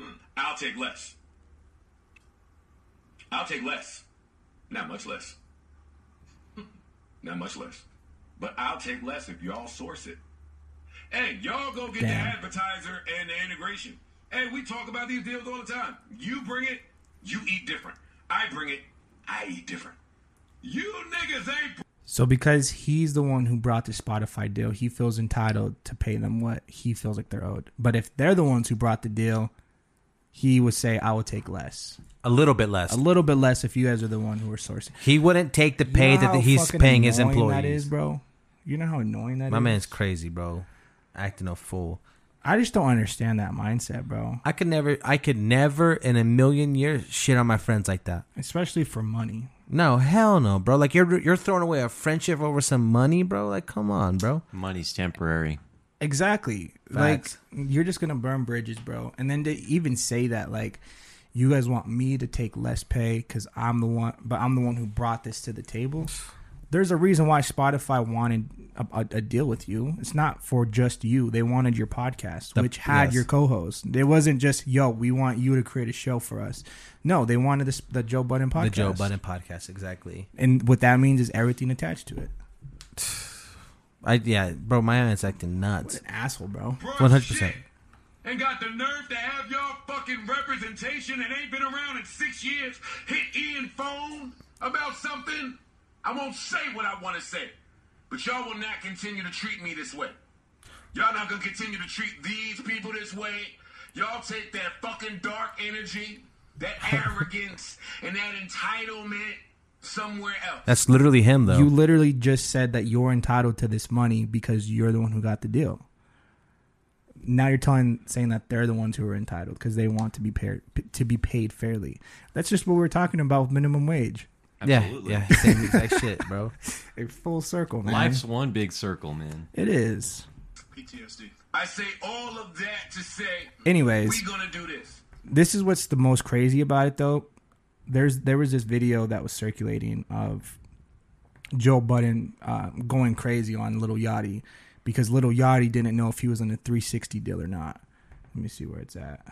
Mm, I'll take less. I'll take less. Not much less. Hmm, Not much less. But I'll take less if y'all source it. Hey, y'all go get Damn. the advertiser and the integration. Hey, we talk about these deals all the time. You bring it, you eat different. I bring it, I eat different. You niggas ain't. So because he's the one who brought the Spotify deal, he feels entitled to pay them what he feels like they're owed. But if they're the ones who brought the deal, he would say, "I will take less, a little bit less, a little bit less." If you guys are the one who are sourcing, He wouldn't take the pay know that how he's fucking paying his annoying employees. That is, bro. You know how annoying that is. My man's crazy, bro. Acting a fool. I just don't understand that mindset, bro. I could never, I could never in a million years shit on my friends like that. Especially for money. No, hell no, bro. Like you're you're throwing away a friendship over some money, bro. Like come on, bro. Money's temporary. Exactly. Facts. Like you're just gonna burn bridges, bro. And then to even say that, like, you guys want me to take less pay because I'm the one, but I'm the one who brought this to the table. There's a reason why Spotify wanted a, a, a deal with you. It's not for just you. They wanted your podcast, The- which had yes. your co-host. It wasn't just yo. We want you to create a show for us. No, they wanted this the Joe Budden podcast. The Joe Budden podcast, exactly. and what that means is everything attached to it. I yeah, bro. My man's acting nuts. asshole, bro. One hundred percent. and got the nerve to have y'all fucking representation and ain't been around in six years hit Ian phone about something. I won't say what I want to say, but y'all will not continue to treat me this way. Y'all not gonna continue to treat these people this way. Y'all take that fucking dark energy, that arrogance, and that entitlement somewhere else. That's literally him, though. You literally just said that you're entitled to this money because you're the one who got the deal. Now you're telling saying that they're the ones who are entitled because they want to be paid to be paid fairly. That's just what we we're talking about with minimum wage. Yeah, Absolutely. yeah, same exact shit, bro. A full circle, man. Life's one big circle, man. it is. PTSD. I say all of that to say, Anyways. we gonna do this. this is what's the most crazy about it though. There's there was this video that was circulating of Joe Budden uh, going crazy on Little Yachty because Little Yachty didn't know if he was on a 360 deal or not. Let me see where it's at.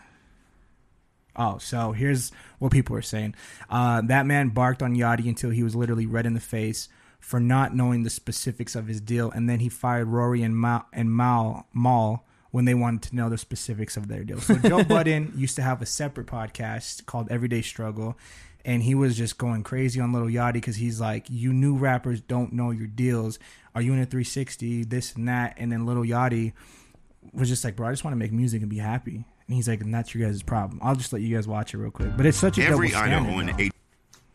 Oh, so here's what people are saying. Uh, that man barked on Yachty until he was literally red in the face for not knowing the specifics of his deal, and then he fired Rory and Mal and Mal Mal when they wanted to know the specifics of their deal. So Joe Budden used to have a separate podcast called Everyday Struggle, and he was just going crazy on Little Yachty because he's like, "You new rappers don't know your deals. Are you in a 360? This and that." And then Little Yachty was just like, bro, I just want to make music and be happy. And he's like, and that's your guys' problem. I'll just let you guys watch it real quick. But it's such a Every double item standard. on though.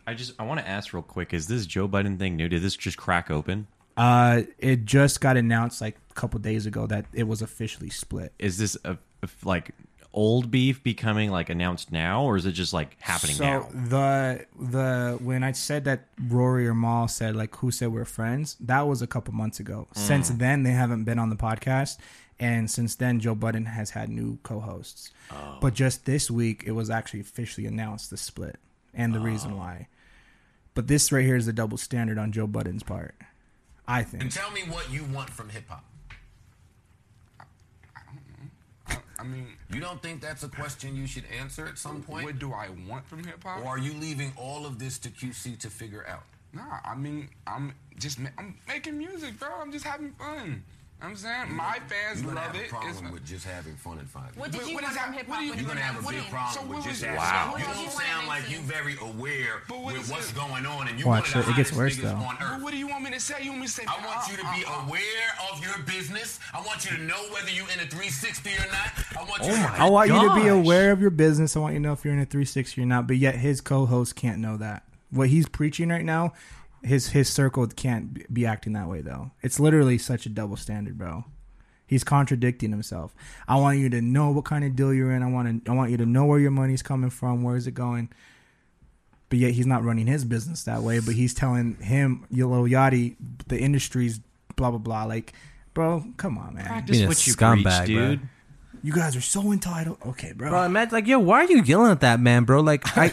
I just I want to ask real quick: Is this Joe Biden thing new? Did this just crack open? Uh, it just got announced like a couple days ago that it was officially split. Is this a, a- like old beef becoming like announced now, or is it just like happening so now? the the when I said that Rory or Maul said like who said we're friends, that was a couple months ago. Mm. Since then, they haven't been on the podcast, and since then, Joe Budden has had new co-hosts. Oh. But just this week, it was actually officially announced the split and the Oh. reason why. But this right here is the double standard on Joe Budden's part, I And think. tell me what you want from hip hop. I mean, You don't think that's a question you should answer at some point? what do I want from hip hop? Or are you leaving all of this to QC to figure out? Nah, I mean, I'm just ma- I'm making music, bro. I'm just having fun. I'm saying my fans You're gonna love have it. a It's problem not- with just having fun in five. What minutes. did you want from hip-hop when You're it gonna was have a big nineteen? problem So with what just was it? having Wow. fun. What You was don't it? sound like you very aware with what's going on, and you Watch one of it. the It gets hottest worse, niggas though. on earth. What do you want me to say? You want me to say? Ah, I want you to be aware of your business. I want you to know whether you're in a 360 or not. I want Oh you. to- I want you to be aware of your business. I want you to know if you're in a 360 or not. But yet his co-host can't know that. What he's preaching right now, his his circle can't b- be acting that way though. It's literally such a double standard, bro. He's contradicting himself. I want you to know what kind of deal you're in. I want to. I want you to know where your money's coming from. Where is it going? But yet he's not running his business that way. But he's telling him, "Yo, little Yachty, the industry's blah blah blah." Like, bro, come on, man. Practice Being a what you preach, scumbag, bro. dude. You guys are so entitled. Okay, bro. Bro, imagine like, yo, why are you yelling at that man, bro? Like, I,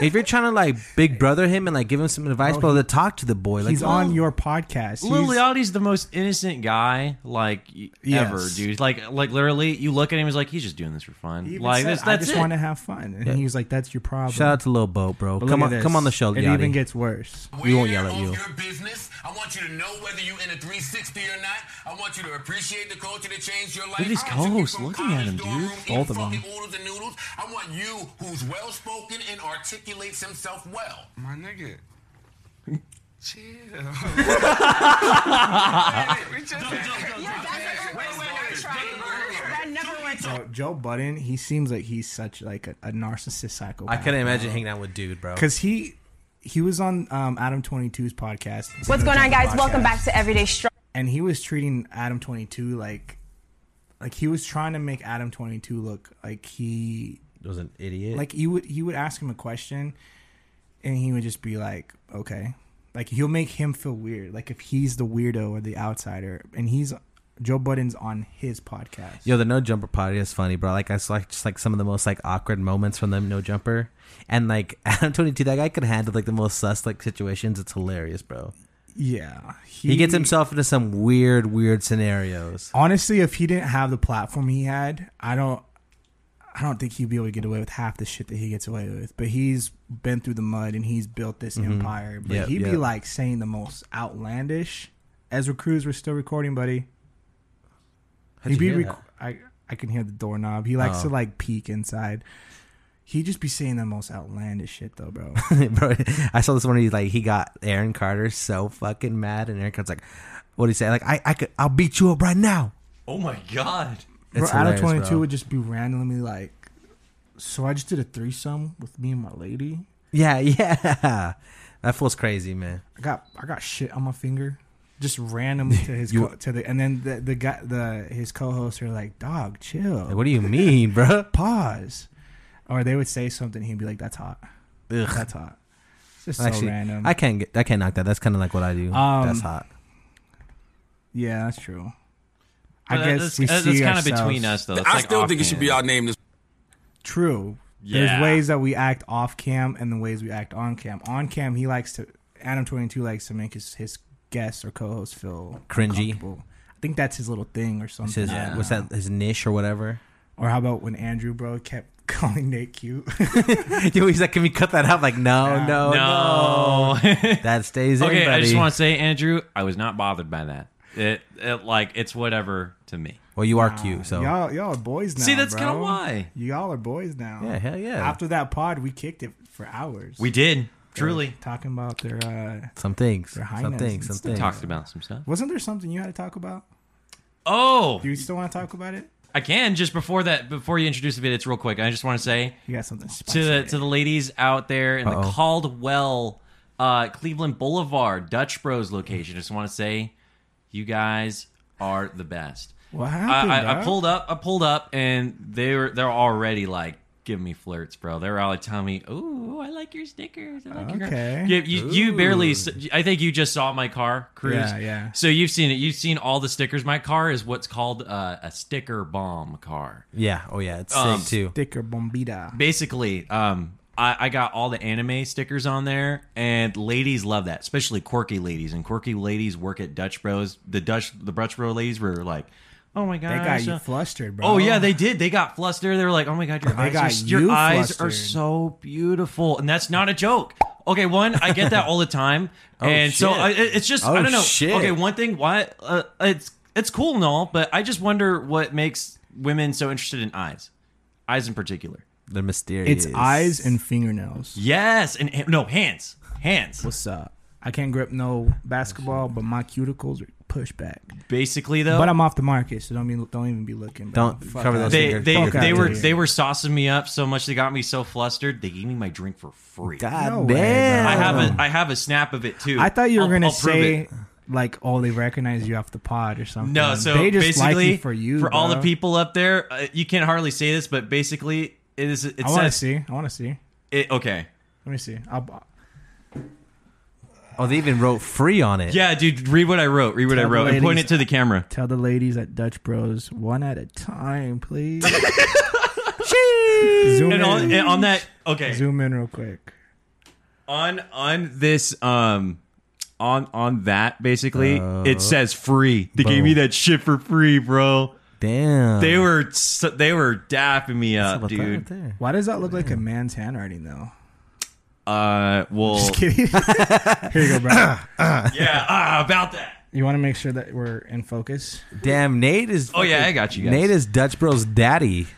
if you're trying to like big brother him and like give him some advice, Bro, bro, he- to talk to the boy. Like, he's on your podcast. Lil He's- Yachty's the most innocent guy like y- Yes. ever, dude. Like like literally, you look at him, he's like he's just doing this for fun. He even like said, this, I that's just it. want to have fun, and Yeah. he's like, "That's your problem." Shout out to Lil Bo, bro. But Come look on- at come on the show, It Yachty. even gets worse. we won't yell at you. your business. I want you to know whether you in a 360 or not. I want you to appreciate the culture that changed your life. Look at his I want you co-hosts from looking at him, dude. Both of them. oodles and noodles. I want you who's well spoken and articulates himself well. My nigga. Chill. We just- So Joe Budden, he seems like he's such like a, a narcissist psychopath. I couldn't imagine hanging out with dude, bro. Because he he was on um, Adam 22's podcast. What's going on, guys? Welcome back to Everyday Struggle. And he was treating Adam 22 like like he was trying to make Adam 22 look like he was an idiot. Like you would he would ask him a question, and he would just be like, okay. Like he'll make him feel weird. Like if he's the weirdo or the outsider, and he's Joe Budden's on his podcast. Yo, the no jumper party is funny, bro. Like I saw like, just like some of the most like awkward moments from the no jumper, and like Adam twenty two, that guy could handle like the most sus like situations. It's hilarious, bro. Yeah, He, gets himself into some weird, weird scenarios. Honestly, if he didn't have the platform he had, I don't, I don't think he'd be able to get away with half the shit that he gets away with. But he's been through the mud and he's built this Mhm. empire. But Yep, he'd be yep. like saying the most outlandish. Ezra Cruz, we're still recording, buddy. How'd he'd you be hear that? I I can hear the doorknob. He likes Oh. to like peek inside. He'd just be saying the most outlandish shit though, bro. bro, I saw this one. He's like, he got Aaron Carter so fucking mad, and Aaron Carter's like, "What do you say? Like, I, I could, I'll beat you up right now." Oh my god. Bro, It's out of hilarious, 22 bro. would just be randomly like, so I just did a threesome with me and my lady. Yeah, yeah. That fool's crazy, man. I got I got shit on my finger, just randomly to his You- co- to the and then the the guy the his co-hosts are like, dog, chill. what do you mean, bro? Pause. Or they would say something. He'd be like, that's hot. Ugh. That's hot. It's just so random. I can't get, I can't knock that. That's kind of like what I do. Um, That's hot. yeah, that's true. But I that- guess that's- we that's see kinda ourselves- between us, though. It's I like still think it should be offhand. our name. This True. Yeah. There's ways that we act off cam and the ways we act on cam. On cam, he likes to Adam Twenty Two likes to make his his guests or co-hosts feel Cringy. uncomfortable. I think that's his little thing or It's something. his, I don't What's know. that? His niche or whatever. Or how about when Andrew bro kept calling Nate cute? Yo, he's like, can we cut that out? Like, no, no, no. No. that stays in, okay, I just buddy. want to say, Andrew, I was not bothered by that. It, it like it's whatever to me. Well, you are cute, so y'all y'all are boys now. Oh. See, that's bro. kinda why. y'all are boys now. Yeah, hell yeah. After that pod, we kicked it for hours. We did, They were truly. talking about their uh, some things, their some highness things, and some stuff. We things. talked about some stuff. Wasn't there something you had to talk about? Oh, Do you still want to talk about it? I can just before that before you introduce it, it's real quick. I just want to say You got something spicy to the to the ladies out there in Uh-oh. the Caldwell, uh, Cleveland Boulevard Dutch Bros location. Just want to say, you guys are the best. What I- happened, I, I dog? pulled up. I pulled up, and they were they're already like giving me flirts, bro. They were all like telling me, "Ooh, I like your Snickers. I like your." Okay. Yeah, you, you barely. s- I think you just saw my car cruise. Yeah, yeah. So you've seen it. You've seen all the stickers. My car is what's called uh, a sticker bomb car. Yeah. Oh yeah, it's Um, sick too. Sticker bombita. Basically, um, I, I got all the anime stickers on there, and ladies love that, especially quirky ladies. And quirky ladies work at Dutch Bros. The Dutch, the Dutch Bro ladies were like, "Oh my They god, got you flustered, bro. Oh yeah, they did. They got flustered. They were like, "Oh my god, your They eyes, got are, your you eyes are flustered. so beautiful," and that's not a joke. Okay, one, I get that all the time, Oh, and so shit. I, it- it's just Oh, I don't know. shit. Okay, one thing, why uh, it's it's cool and all, but I just wonder what makes women so interested in eyes, eyes in particular. They're mysterious. It's eyes and fingernails. Yes, and and- no hands, hands. What's up? I can't grip no basketball, but my cuticles are pushed back. Basically, though, But I'm off the market, so don't be, don't even be looking. Bro. Don't cover those they fingers. they, Fuck they outta were here. they were saucing me up so much they got me so flustered they gave me my drink for free. God No way, damn. I have a I have a snap of it too. I thought you were I'll- gonna I'll prove it. say like, oh, they recognize you off the pod or something. No, so Um, they just like basically you for you, for all the bro. people up there, uh, you can hardly say this, but basically it is. It I want to says see. I want to see. it. Okay, Let me see. I'll, Oh, they even wrote free on it. yeah, dude, read what I wrote. Read what I Tell the wrote and point ladies- it to the camera. tell the ladies at Dutch Bros one at a time, please. Zoom And on, in. and on that, okay, Zoom in real quick. on on this um on on that basically Uh, it says free they gave boom. me that shit for free bro Damn. Uh. they were so, they were dapping me up What's up with that dude right there? Mm. Why does that look like a man's handwriting though? uh, will. Just kidding. Here you go, bro. yeah, ah, about that. You want to make sure that we're in focus. Damn, Nate is. Oh, yeah, I got you guys. Nate is Dutch Bros daddy. out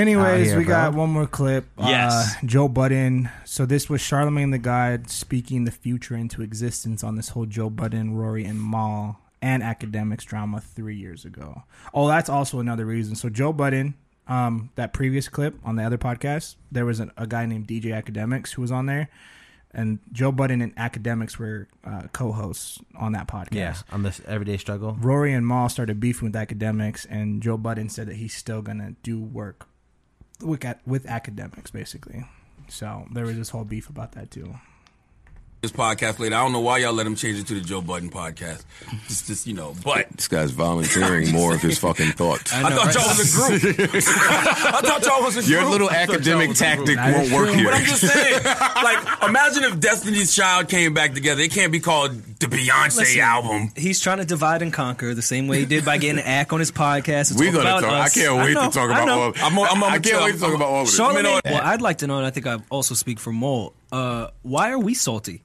Anyways, here, we bro. got one more clip. Yes. Uh, Joe Budden. So this was Charlemagne the God speaking the future into existence on this whole Joe Budden, Rory, and Maul and academics drama three years ago. Oh, that's also another reason. So Joe Budden, um, that previous clip on the other podcast, there was an, a guy named DJ Academics who was on there. And Joe Budden and Academics were uh, co-hosts on that podcast. Yeah, on this everyday struggle. Rory and Maul started beefing with academics, and Joe Budden said that he's still gonna do work with ac- with academics, basically. So there was this whole beef about that too. Oh This podcast later. I don't know why y'all let him change it to the Joe Budden podcast. Just, just you know, but This guy's volunteering more of his fucking thoughts. I, thought y'all was a group. I thought y'all was a group. Your little I thought y'all academic was a group. tactic won't work here. But I'm just saying, like, imagine if Destiny's Child came back together. It can't be called the Beyonce Listen, album. He's trying to divide and conquer the same way he did by getting Ack on his podcast. We gonna about talk- I us. can't wait to know, talk I about know. all of- I'm- I'm- I I'm- can't wait to talk about all of this. Charlamagne- You know what? well, I'd like to know, and I think I also speak for Mole. Uh, why are we salty?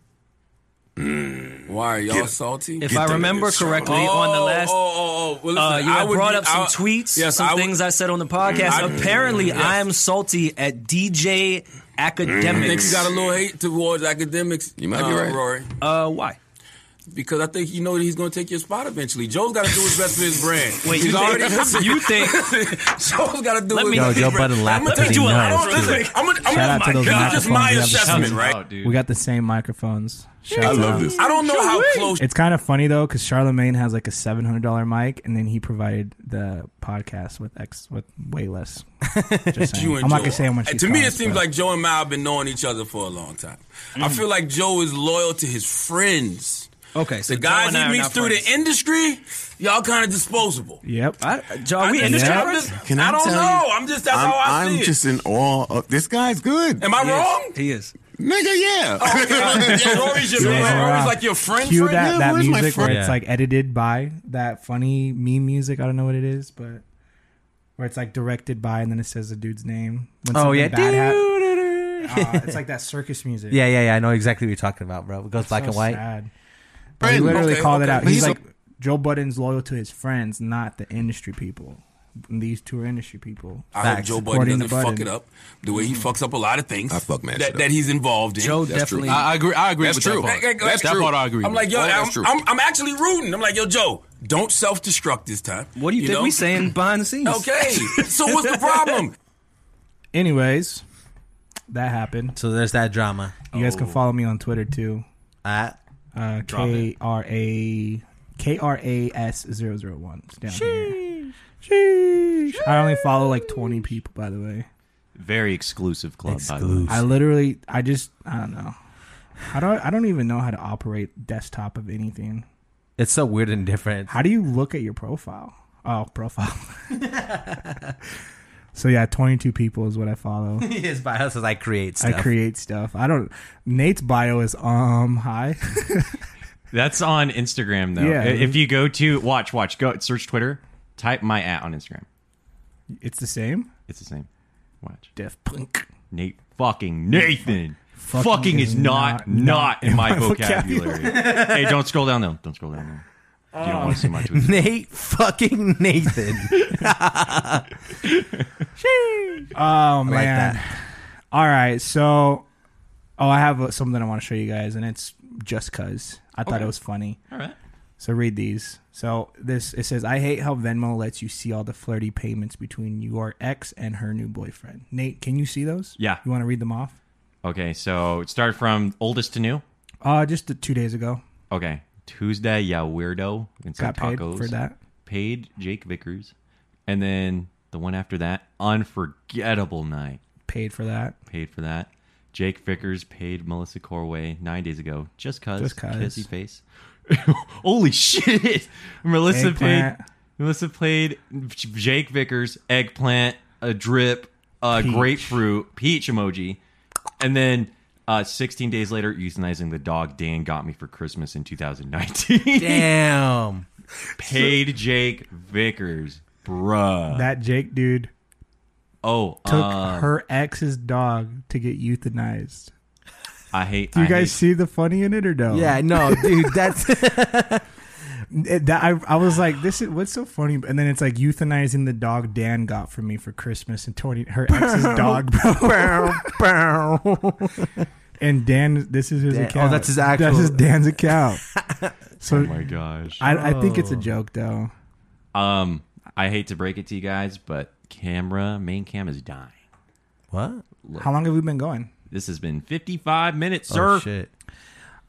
Why are y'all Get- salty? If I remember correctly, on the last, Oh, oh, oh. Well, uh, listen, you I had would brought be- up some I- tweets, yes, some I would- things I said on the podcast. I- Apparently, Yes. I am salty at DJ Academics. Think you got a little hate towards academics. You might be uh, right. Rory. Uh, why? Because I think you know that he's going to take your spot eventually. Joe's got to do his best for his brand. Wait, he's you think- you think- Joe's got to do Let his me- Yo, Joe Budden laughed Let because me he do it. I knows, don't- dude. listen, I'm gonna- I'm Shout out gonna- to my those God, this is my microphones. We got the assessment, same- right? We got the same microphones. Shout I out to love them. this. I don't know how close It's kind of funny though, because Charlemagne has like a seven hundred dollar mic, and then he provided the podcast with X with way less. Just saying. you and I'm not Joe gonna say how are. much. And he's To me, it cost, seems but- like Joe and Mal have been knowing each other for a long time. I Mhm. feel like Joe is loyal to his friends. Okay, so the Joe guys and I he are meets not through the industry, y'all kind of disposable. Yep. I, Joe, we I- industry yeah. friends? Can I don't tell know. I'm just- that's I'm, how I I'm see it. just in awe of this guy's good. Am I He is. wrong? He is. Nigga, yeah. Oh, okay. Yeah, Rory's your Yeah, man. we're Rory's off. like your friend. Cue friend. that, Yeah, that where's my music where friend? it's like edited by that funny meme music. I don't know what it is, but where it's like directed by and then it says the dude's name. Oh, something yeah. bad hap- Uh, it's like that circus music. Yeah, yeah, yeah. I know exactly what you're talking about, bro. It goes black so and white. sad. But he literally called it out. He's, like Joe Budden's loyal to his friends, not the industry people. And these two are industry people. I hope Facts. Joe Budden According doesn't to fuck it up the way he fucks up a lot of things. I fuck man that, that he's involved in. Joe That's true. definitely- I- I agree- I agree That's with that true. part. That's true. that part I agree I'm with. like, yo, Oh, that's I'm, true. I'm, I'm actually rooting. I'm like, yo, Joe, don't self-destruct this time. What do you, think know? we saying behind the scenes? Okay, so what's the problem? Anyways, that happened. So there's that drama. You guys Oh. can follow me on Twitter too. At uh, Drop K it. R A K R A S 001. It's down here. I only follow like 20 people, by the way. Very exclusive club, by I the way. literally, I just, I don't know. How do I, I don't even know how to operate desktop of anything. It's so weird and different. How do you look at your profile? Oh, profile. so yeah, 22 people is what I follow. His bio says I create stuff. I create stuff. I don't. Nate's bio is um hi. That's on Instagram, though. Yeah. If you go to, watch, watch, go search Twitter, type my at on Instagram. it's the same. It's the same. Watch. Def Punk. Nate fucking Nathan. Fucking Fucking, is is not, not- not in my vocabulary. vocabulary. hey, don't scroll down though. Don't scroll down though. You don't want to see my tweet. Nate fucking Nathan. Oh like man. that. All right, so oh, I have uh, something I want to show you guys, and it's just cause I thought Okay. it was funny. All right. So read these. So this it says I hate how Venmo lets you see all the flirty payments between your ex and her new boyfriend. Nate, can you see those? Yeah. You want to read them off? Okay, so it started from oldest to new. Uh just the, two days ago. Okay, Tuesday, yeah, weirdo and some Got paid tacos for that. Paid Jake Vickers, and then the one after that, unforgettable night. Paid for that. Paid for that. Jake Vickers paid Melissa Corway nine days ago, just cause, Just 'cause. kissy face. Holy shit! Melissa Eggplant. paid. Melissa played Jake Vickers, eggplant, a drip, a Peach. grapefruit, peach emoji, and then uh, 16 days later, euthanizing the dog Dan got me for Christmas in 2019. Damn. Paid Jake Vickers, bruh. that Jake dude oh, took Uh, um, her ex's dog to get euthanized. I hate. Do you I guys hate- see the funny in it or no? Yeah, no, dude, that's. that, I, I was like, this is what's so funny, and then it's like euthanizing the dog Dan got for me for Christmas and Tony her ex's dog, bro. and Dan, this is his Dan- oh, account. that's his actual- That's his Dan's account. So, Oh my gosh. I, I think it's a Oh. joke though. Um, I hate to break it to you guys, but camera main cam is dying. What? How long have we been going? This has been 55 minutes, sir. Oh, shit.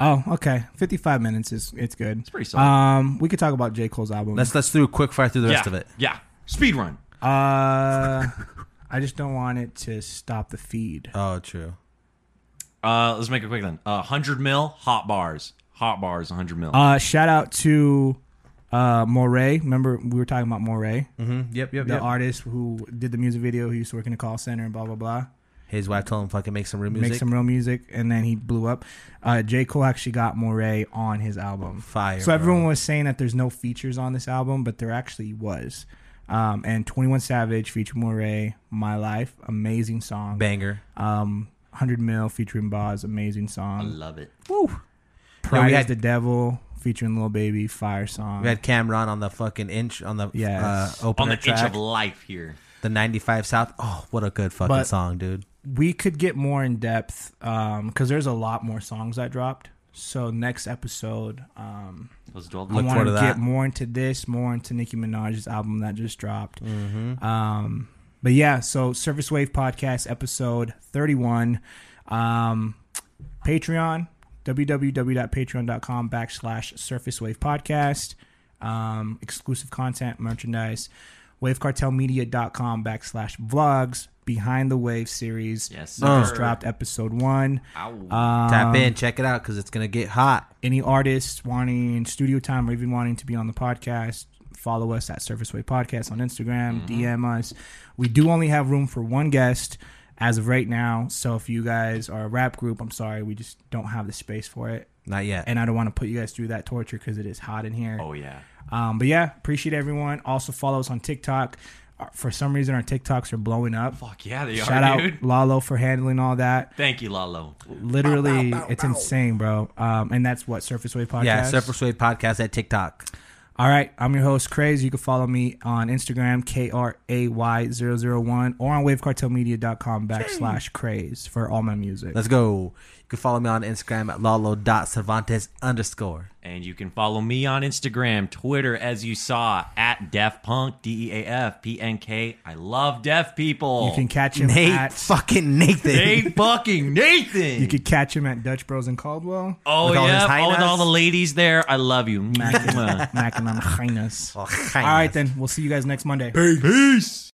Oh, okay. Fifty-five minutes is it's good. It's pretty solid. Um, we could talk about J Cole's album. Let's let's do a quick fire through the Yeah. rest of it. Yeah. Speed run. Uh, I just don't want it to stop the feed. Oh, true. Uh, let's make it quick then. Uh, 100 mil hot bars. Hot bars, 100 mil. Uh, shout out to uh Moray. Remember we were talking about Moray. Mhm. Yep, yep, The yep. artist who did the music video, who used to work in a call center and blah blah blah. His wife told him fucking make some real music. Make some real music, and then he blew up. Uh, J. Cole actually got Moray on his album. Fire, So bro. everyone was saying that there's no features on this album, but there actually was. Um, and 21 Savage featured Moray, My Life, amazing song. Banger. Um, 100 Mil featuring Boz, amazing song. I love it. Woo. Yeah, Pride we is had- the Devil featuring Lil Baby, fire song. We had Cameron on the fucking inch on the Yes. uh, opener On the inch track. of life here. The '95 South. Oh, what a good fucking But- song, dude. we could get more in depth because there's a lot more songs I dropped. So next episode, um, Let's dwell- I Look want forward to to that. get more into this, more into Nicki Minaj's album that just dropped. Mm-hmm. Mhm. Um, but yeah, so Surface Wave Podcast episode 31, um, Patreon www.patreon.com backslash Surface Wave Podcast, um, exclusive content, merchandise, wavecartelmedia.com backslash vlogs, Behind the Wave series. Yes, We just sir. dropped episode one. Tap Um, in, check it out because it's gonna get hot. Any artists wanting studio time or even wanting to be on the podcast, follow us at Surface Way Podcast on Instagram, Mhm. DM us. We do only have room for one guest as of right now. So if you guys are a rap group, I'm sorry, we just don't have the space for it. Not yet. And I don't want to put you guys through that torture because it is hot in here. Oh, yeah. Um, but yeah, appreciate everyone. Also follow us on TikTok. Uh, For some reason, our TikToks are blowing up. Fuck yeah, they are, Shout out dude. Lalo for handling all that Thank you, Lalo. literally it's insane bro um and that's what surface wave podcast Yeah, Surface Wave Podcast at TikTok. all right i'm your host craze you can follow me on instagram k-r-a-y-001 or on wavecartelmedia.com backslash craze for all my music Let's go. You can follow me on Instagram at lalo.cervantes underscore. And you can follow me on Instagram, Twitter, as you saw, at Def Punk, D E A F P N K. I love deaf people. you can catch him Nate at fucking nathan Nate fucking Nathan. you could catch him at dutch bros and caldwell Oh With all his yeah, oh, with hyenas. all the ladies there. I love you. Oh, Oh, Mac and- Mac and I'm hyenas. all right then we'll see you guys next monday Peace.